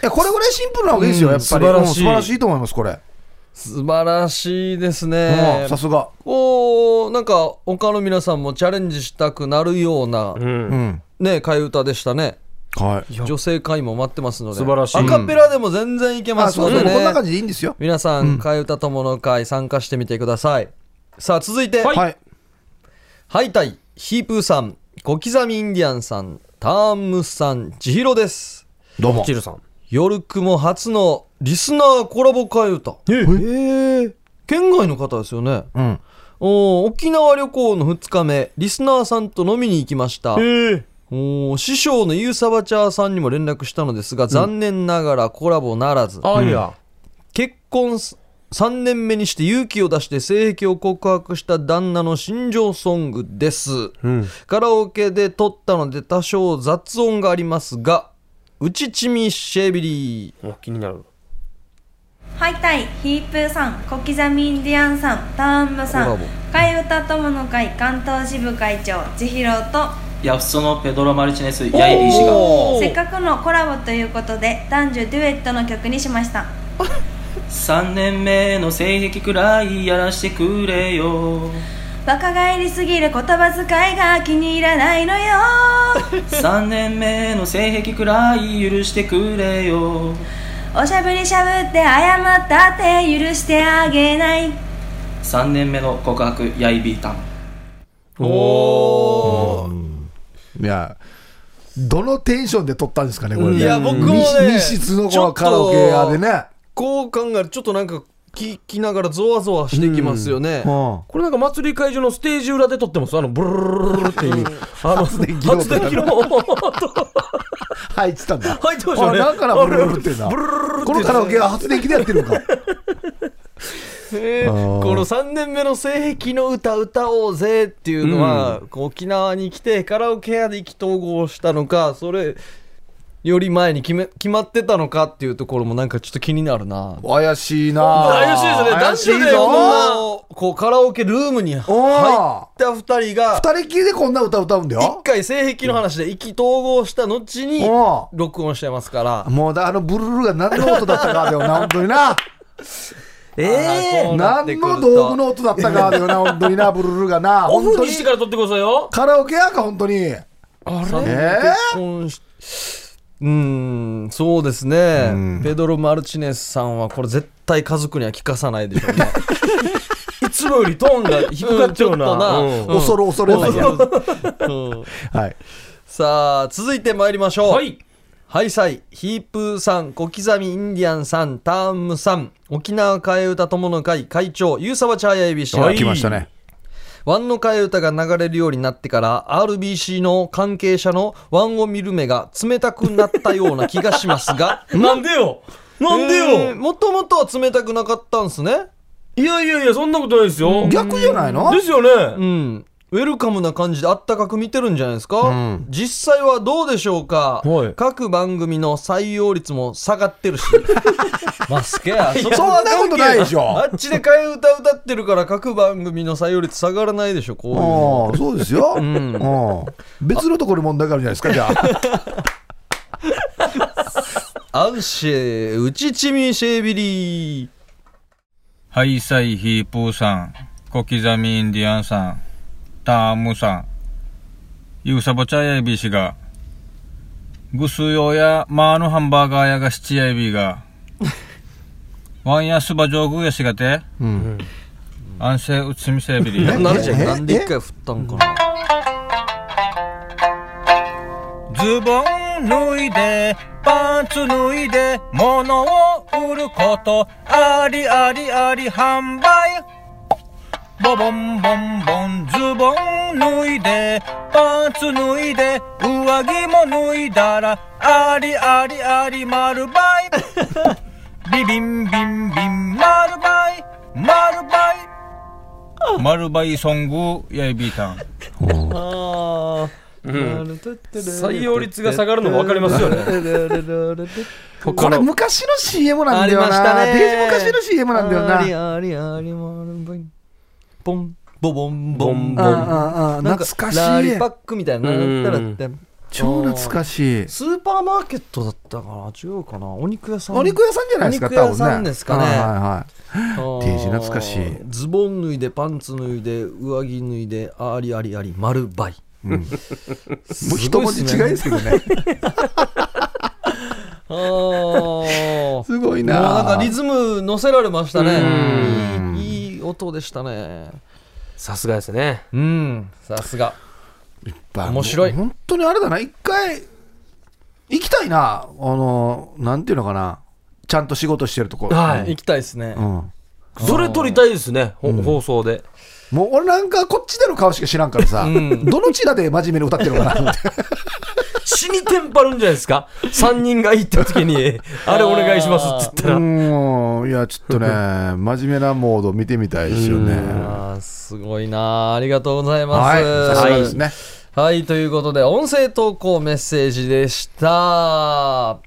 Speaker 2: いや、これぐらいシンプルなわけですよ、
Speaker 6: うん
Speaker 2: やっぱ
Speaker 6: 素
Speaker 2: り。
Speaker 6: 晴らしい
Speaker 2: うん素晴らしいと思います、これ。
Speaker 3: 素晴らしいですね
Speaker 2: うん。さすが。
Speaker 3: こう、なんか、他の皆さんもチャレンジしたくなるような、
Speaker 2: うん。
Speaker 3: ね、替え歌でしたね。
Speaker 2: はい。
Speaker 3: 女性会も待ってますので。
Speaker 6: 素晴らしい
Speaker 3: アカペラでも全然いけま
Speaker 2: あ、
Speaker 3: す
Speaker 2: そ
Speaker 3: の
Speaker 2: うそ
Speaker 3: で
Speaker 2: う、こんな感
Speaker 3: ね。
Speaker 2: じでいいんですよ。
Speaker 3: 皆さん、替え歌友の会参加してみてください。さあ、続いて。
Speaker 2: はい。
Speaker 3: はいたい、ヒープーさん、小刻みインディアンさん、ターンムスさん、千尋です。
Speaker 2: どうも
Speaker 6: チ。ルさん。
Speaker 3: 夜雲初のリスナーコラボ替え歌。へえ。県外の方ですよね。
Speaker 2: うん。
Speaker 3: おー沖縄旅行の2日目、リスナーさんと飲みに行きました。おー師匠のユーサバチャーさんにも連絡したのですが、残念ながらコラボならず。
Speaker 6: ああ、いや。
Speaker 3: 結婚3年目にして勇気を出して性癖を告白した旦那の心情ソングです、カラオケで撮ったので多少雑音がありますがうちちみシェービリー
Speaker 6: お気になる。
Speaker 9: ハイタイ、ヒープーさん、小刻みインディアンさん、ターンムさ
Speaker 3: コラ
Speaker 9: ん
Speaker 3: ボ、
Speaker 9: 替え歌友の会関東支部会長、千尋と、
Speaker 10: ヤフソのペドロ・マルチネス・ヤイビー氏が
Speaker 9: せっかくのコラボということで、男女デュエットの曲にしました。
Speaker 10: 3年目の性癖くらいやらしてくれ よ
Speaker 9: 若返りすぎる言葉遣いが気に入らないのよ。
Speaker 10: 3年目の性癖くらい許してくれよ
Speaker 9: おしゃぶりしゃぶって謝ったって許してあげない。
Speaker 10: 3年目の告白ヤイビータン
Speaker 2: いや、どのテンションで撮ったんですかね、これね。
Speaker 3: いや僕もね
Speaker 2: 密密室のこのカラオケ屋でね。
Speaker 3: こう考えるとちょっとなんか聞きながらゾワゾワしてきますよね、
Speaker 2: うん。
Speaker 6: これなんか祭り会場のステージ裏で撮ってます。あの、ブルルルルルルっていう。あの、発電機の。発電機の。
Speaker 2: 入ってたんだ。
Speaker 6: 入ってましたよね
Speaker 2: あなんかな、ブルブルってんだ。
Speaker 6: ブルルルルルって
Speaker 2: このカラオケは発電機でやってるのか。
Speaker 3: へー
Speaker 2: あー
Speaker 3: この3年目の性癖の歌歌おうぜっていうのは、こう沖縄に来てカラオケ屋で意気投合したのかそれより前に決め決まってたのかっていうところもなんかちょっと気になるな
Speaker 2: 怪しいな
Speaker 3: 怪しいですね男
Speaker 2: 怪しい
Speaker 3: 子でこん
Speaker 2: ぞ。
Speaker 3: なこうカラオケルームに入っ
Speaker 2: おー
Speaker 3: た2人が
Speaker 2: 二人きりでこんな歌歌うんだ
Speaker 3: 1
Speaker 2: よ。
Speaker 3: 回性癖の話で意気投合した後に
Speaker 2: おー
Speaker 3: 録音しちゃいますから
Speaker 2: もうだ、あのブルルルが何の音だったかだよな、本当にな。
Speaker 3: ええ
Speaker 2: 何の道具の音だったかだよな、本当にな、ブルルルがな。
Speaker 6: オ
Speaker 2: 本
Speaker 6: フ
Speaker 2: 当
Speaker 6: に
Speaker 2: に
Speaker 6: して。から撮ってくださいよ。
Speaker 2: カラオケ屋か、本当に。
Speaker 3: あれ
Speaker 2: え
Speaker 3: 結婚しうーんそうですね、ペドロ・マルチネスさんはこれ絶対家族には聞かさないでしょうね
Speaker 6: いつもよりトーンが低かっちゃう
Speaker 3: うんちょっとな
Speaker 6: な。うん
Speaker 3: うん
Speaker 2: 恐る恐れないや。
Speaker 3: うん
Speaker 2: はい。
Speaker 3: さあ続いて参りましょう
Speaker 6: はい。
Speaker 3: はいさいヒープーさん小刻みインディアンさんターンムさん沖縄替え歌友の会会長ゆうさばちゃーやえびし
Speaker 6: はい
Speaker 2: 来ましたね。
Speaker 3: ワンの替え歌が流れるようになってから RBC の関係者のワンを見る目が冷たくなったような気がします が
Speaker 6: なんでよなんで
Speaker 3: えー
Speaker 6: よ
Speaker 3: もともとは冷たくなかったんすね
Speaker 6: いやいやいや、そんなことないですよ。
Speaker 2: 逆じゃないの
Speaker 6: ですよ
Speaker 3: う
Speaker 6: ね。
Speaker 3: ん、ウェルカムな感じであったかく見てるんじゃないですか、
Speaker 2: うん
Speaker 3: 実際はどうでしょうか、
Speaker 6: はい
Speaker 3: 各番組の採用率も下がってる しマスケやそ
Speaker 2: そんなことないでしょ。
Speaker 3: あっちで替え歌歌ってるから各番組の採用率下がらないでしょこ
Speaker 2: ああ、そうですよ。
Speaker 3: ん
Speaker 2: うん別のところに問題があるじゃないですか、じゃあ。
Speaker 3: ういうアンシェウチチミシェービリー
Speaker 11: ハイサイヒープーさん、小刻みインディアンさん、タームさん、ユーサボチャヤエビ氏が、グスヨやマーのハンバーガー屋が七ヤエビが、ワンやスバジョーグやしがて、安静うつみせエビリ。
Speaker 3: なるじゃん
Speaker 2: え
Speaker 3: なんで一回振ったんかな
Speaker 11: ズボン脱いで、パンツ脱いで、物を売ること、ありありあり販売。ボボンボンボン、ズボン脱いで、パンツ脱いで、上着も脱いだら、ありありあり丸バイ。ビビンビンビン、丸バイ、丸バイ。丸バイソング、やいびーたん。
Speaker 6: ああ。うん、採
Speaker 3: 採
Speaker 6: 用率が下がるのも分かりますよね。
Speaker 2: これ昔の CM なんだよな。デージ昔の CM なんだよな。
Speaker 3: ありありありまるばいボンボボンボンボン
Speaker 2: ああああ
Speaker 3: なん
Speaker 2: 懐かしい
Speaker 3: ラリパックみたいな
Speaker 2: うん
Speaker 3: だらって
Speaker 2: 超懐かしい
Speaker 3: スーパーマーケットだったかな違うかなお肉屋さん
Speaker 2: お肉屋さんじゃないですか、
Speaker 3: お肉
Speaker 2: 多
Speaker 3: 屋さ
Speaker 2: 分
Speaker 3: ん
Speaker 2: ね。
Speaker 3: ですかね、
Speaker 2: はいはいはい。デージ懐かしい。
Speaker 3: ズボン脱いでパンツ脱いで上着脱いでありありあり丸バイ、
Speaker 2: うん もう一文字違いですけどね
Speaker 3: あー
Speaker 2: すごい
Speaker 3: も
Speaker 2: な
Speaker 3: うなんかリズム乗せられました
Speaker 6: うん
Speaker 3: ねいいいい音でしたね
Speaker 6: さすがですね。
Speaker 3: うん、さすが。
Speaker 2: 面白い。本当にあれだな、一回、行きたいな。あの、なんていうのかな。ちゃんと仕事してるところ。
Speaker 3: 行きたいですね、
Speaker 2: うん
Speaker 6: それ撮りたいですね、ほ放送で。
Speaker 2: もう俺なんかこっちでの顔しか知らんからさ、どのちらで真面目に歌ってるのかな。
Speaker 6: 死にテンパるんじゃないですか ?3 人が行った時に、あれお願いしますって言ったら。
Speaker 2: うん、いや、ちょっとね、真面目なモード見てみたいですよね。
Speaker 3: あーすごいなあありがとうございます。
Speaker 2: はいさすがですね
Speaker 3: はい。はいということで、音声投稿メッセージでした。は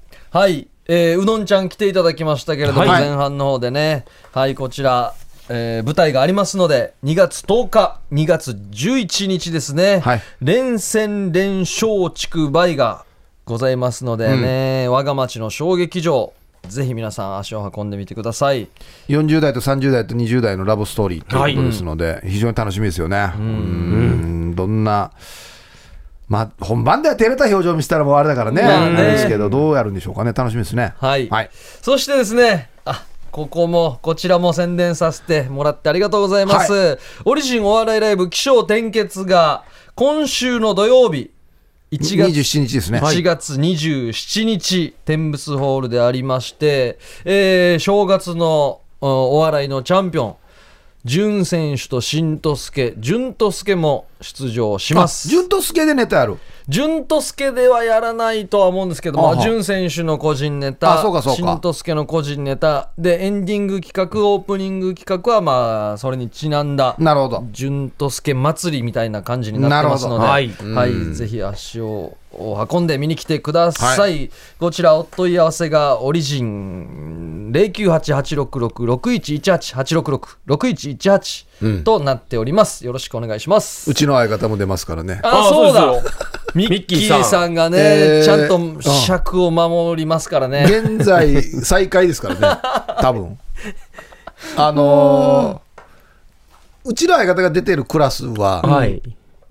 Speaker 3: い。えーうのんちゃん来ていただきましたけれども、
Speaker 6: はい
Speaker 3: 前半の方でね、はい、こちら、えー舞台がありますので、2月10日、2月11日ですね、連戦連勝地区梅がございますのでね、我が町の小劇場、ぜひ皆さん足を運んでみてください。
Speaker 2: 40代と30代と20代のラブストーリーということですので、非常に楽しみですよね。うんどんな、まあ、本番では照れた表情見せたらもうあれだからね、
Speaker 3: まあね
Speaker 2: あれですけど、どうやるんでしょうかね、楽しみですね。
Speaker 3: はい。そしてですね、あ、ここも、こちらも宣伝させてもらってありがとうございます。オリジンお笑いライブ、起承転結が、今週の土曜日、1月
Speaker 2: 27日ですね。
Speaker 3: 1月27日、天仏ホールでありまして、えー正月のおお笑いのチャンピオン、淳選手と新とすけ、淳とすけも出場します。
Speaker 2: 純とすけでネタやる。
Speaker 3: 淳とすけではやらないとは思うんですけど
Speaker 2: あ
Speaker 3: も、
Speaker 2: は
Speaker 3: 淳選手の個人ネタ、
Speaker 2: あそうかそうか
Speaker 3: 新とすけの個人ネタ、で、エンディング企画、オープニング企画は、まあ、それにちなんだ、
Speaker 2: なるほど。
Speaker 3: 淳とすけ祭りみたいな感じになってますので、
Speaker 2: な
Speaker 3: は
Speaker 2: る
Speaker 3: い、
Speaker 2: ほど
Speaker 3: はい
Speaker 2: うん
Speaker 3: ぜひ足を運んで見に来てください。
Speaker 2: は
Speaker 3: こちら、お問い合わせが、オリジン0988666111886661118
Speaker 2: うん
Speaker 3: となっております。よろしくお願いします。
Speaker 2: うちの相方も出ますからね。
Speaker 3: あ、そうだミ
Speaker 6: ッ
Speaker 3: ッ
Speaker 6: キ
Speaker 3: キ
Speaker 6: ーさん
Speaker 3: ーさんがね、
Speaker 2: えー
Speaker 3: ちゃんと尺を守りますからね。
Speaker 2: 現在、最下位ですからね、多分あのーうちの相方が出てるクラスは、
Speaker 6: はい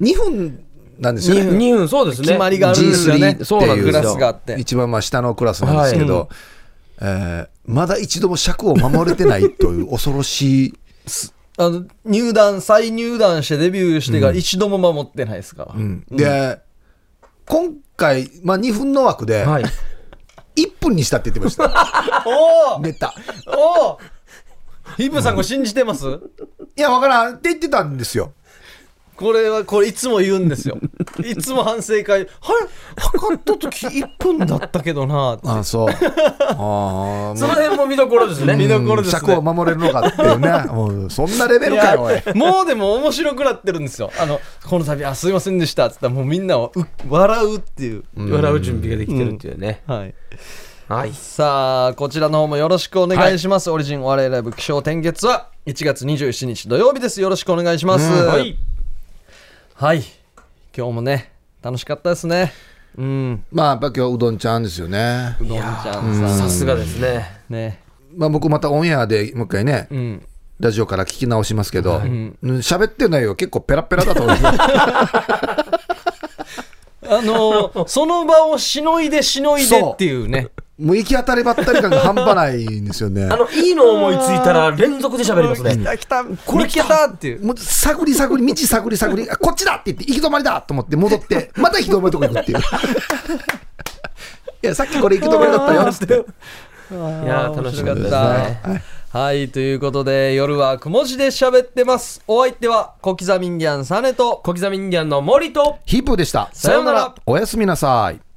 Speaker 2: 2分なんですよね。
Speaker 6: 2分、そうですね。
Speaker 3: 決まりがあるんですよね
Speaker 2: G3 って
Speaker 3: そうなんで
Speaker 2: い
Speaker 3: す
Speaker 2: う
Speaker 3: よクラスがあって
Speaker 2: 一番まあ下のクラスなんですけど、
Speaker 3: はい
Speaker 2: えーまだ一度も尺を守れてないという恐ろしい、
Speaker 3: あの入団、再入団してデビューしてか
Speaker 2: う
Speaker 3: ら
Speaker 2: ん
Speaker 3: 一度も守ってないですから。
Speaker 2: うんで、今回、まあ、2分の枠で、1分にしたって言ってました。
Speaker 3: おお
Speaker 2: ネタ。
Speaker 3: おおヒップさんこれ信じてます
Speaker 2: いや、わからんって言ってたんですよ。
Speaker 3: これは、これいつも言うん ですよ。いつも反省会、あれ測った時1分だったけどなって。
Speaker 2: ああ、そう。ああ、
Speaker 3: その辺も見どころですね。見どころですね。
Speaker 2: 尺を守れるのかっ ていうね、もうそんなレベルかよ、おい
Speaker 3: い。やもうでも面白くなってるんですよ。あの、この度、あ、すいませんでした。つったら、もうみんなをう笑うっていう。
Speaker 6: 笑う準備ができてるっていうね。
Speaker 3: はい。
Speaker 6: はい。
Speaker 3: さあ、こちらの方もよろしくお願いします。オリジンお笑いライブ気象転結は1月27日土曜日です。よろしくお願いします。
Speaker 6: うんはい。
Speaker 3: はい。今日もね、楽しかったですね。うん。
Speaker 2: まあ、やっぱ今日うどんちゃんですよね。う
Speaker 3: どんちゃんさん
Speaker 6: さすがですね。
Speaker 3: ね。
Speaker 2: まあ、僕またオンエアでもう一回ね、
Speaker 3: ん
Speaker 2: ラジオから聞き直しますけど、
Speaker 3: はい
Speaker 2: うん喋ってる内容結構ペラペラだと思います。
Speaker 3: あの ーその場をしのいでしのいでっていうね。
Speaker 2: もう行き当たりばったり感が半端ないんですよね。
Speaker 6: あの、いいの思いついたら連続で喋りますね。
Speaker 3: た来た、これ来たっていう。
Speaker 2: もう探り探り、道探り探り、あこっちだって言って、行き止まりだと思って戻って、また行き止まりのとこ行くっていう。や、さっきこれ行き止まりだったよっつって。
Speaker 3: いやー楽しかっ
Speaker 2: 面白
Speaker 3: た、
Speaker 2: かったで
Speaker 3: はい、ということで夜はくも字で喋ってますお相手は小刻みインディアンサネと
Speaker 6: 小刻みインディアンの森と
Speaker 2: ヒップーでした。
Speaker 3: さようなら
Speaker 2: おやすみなさい。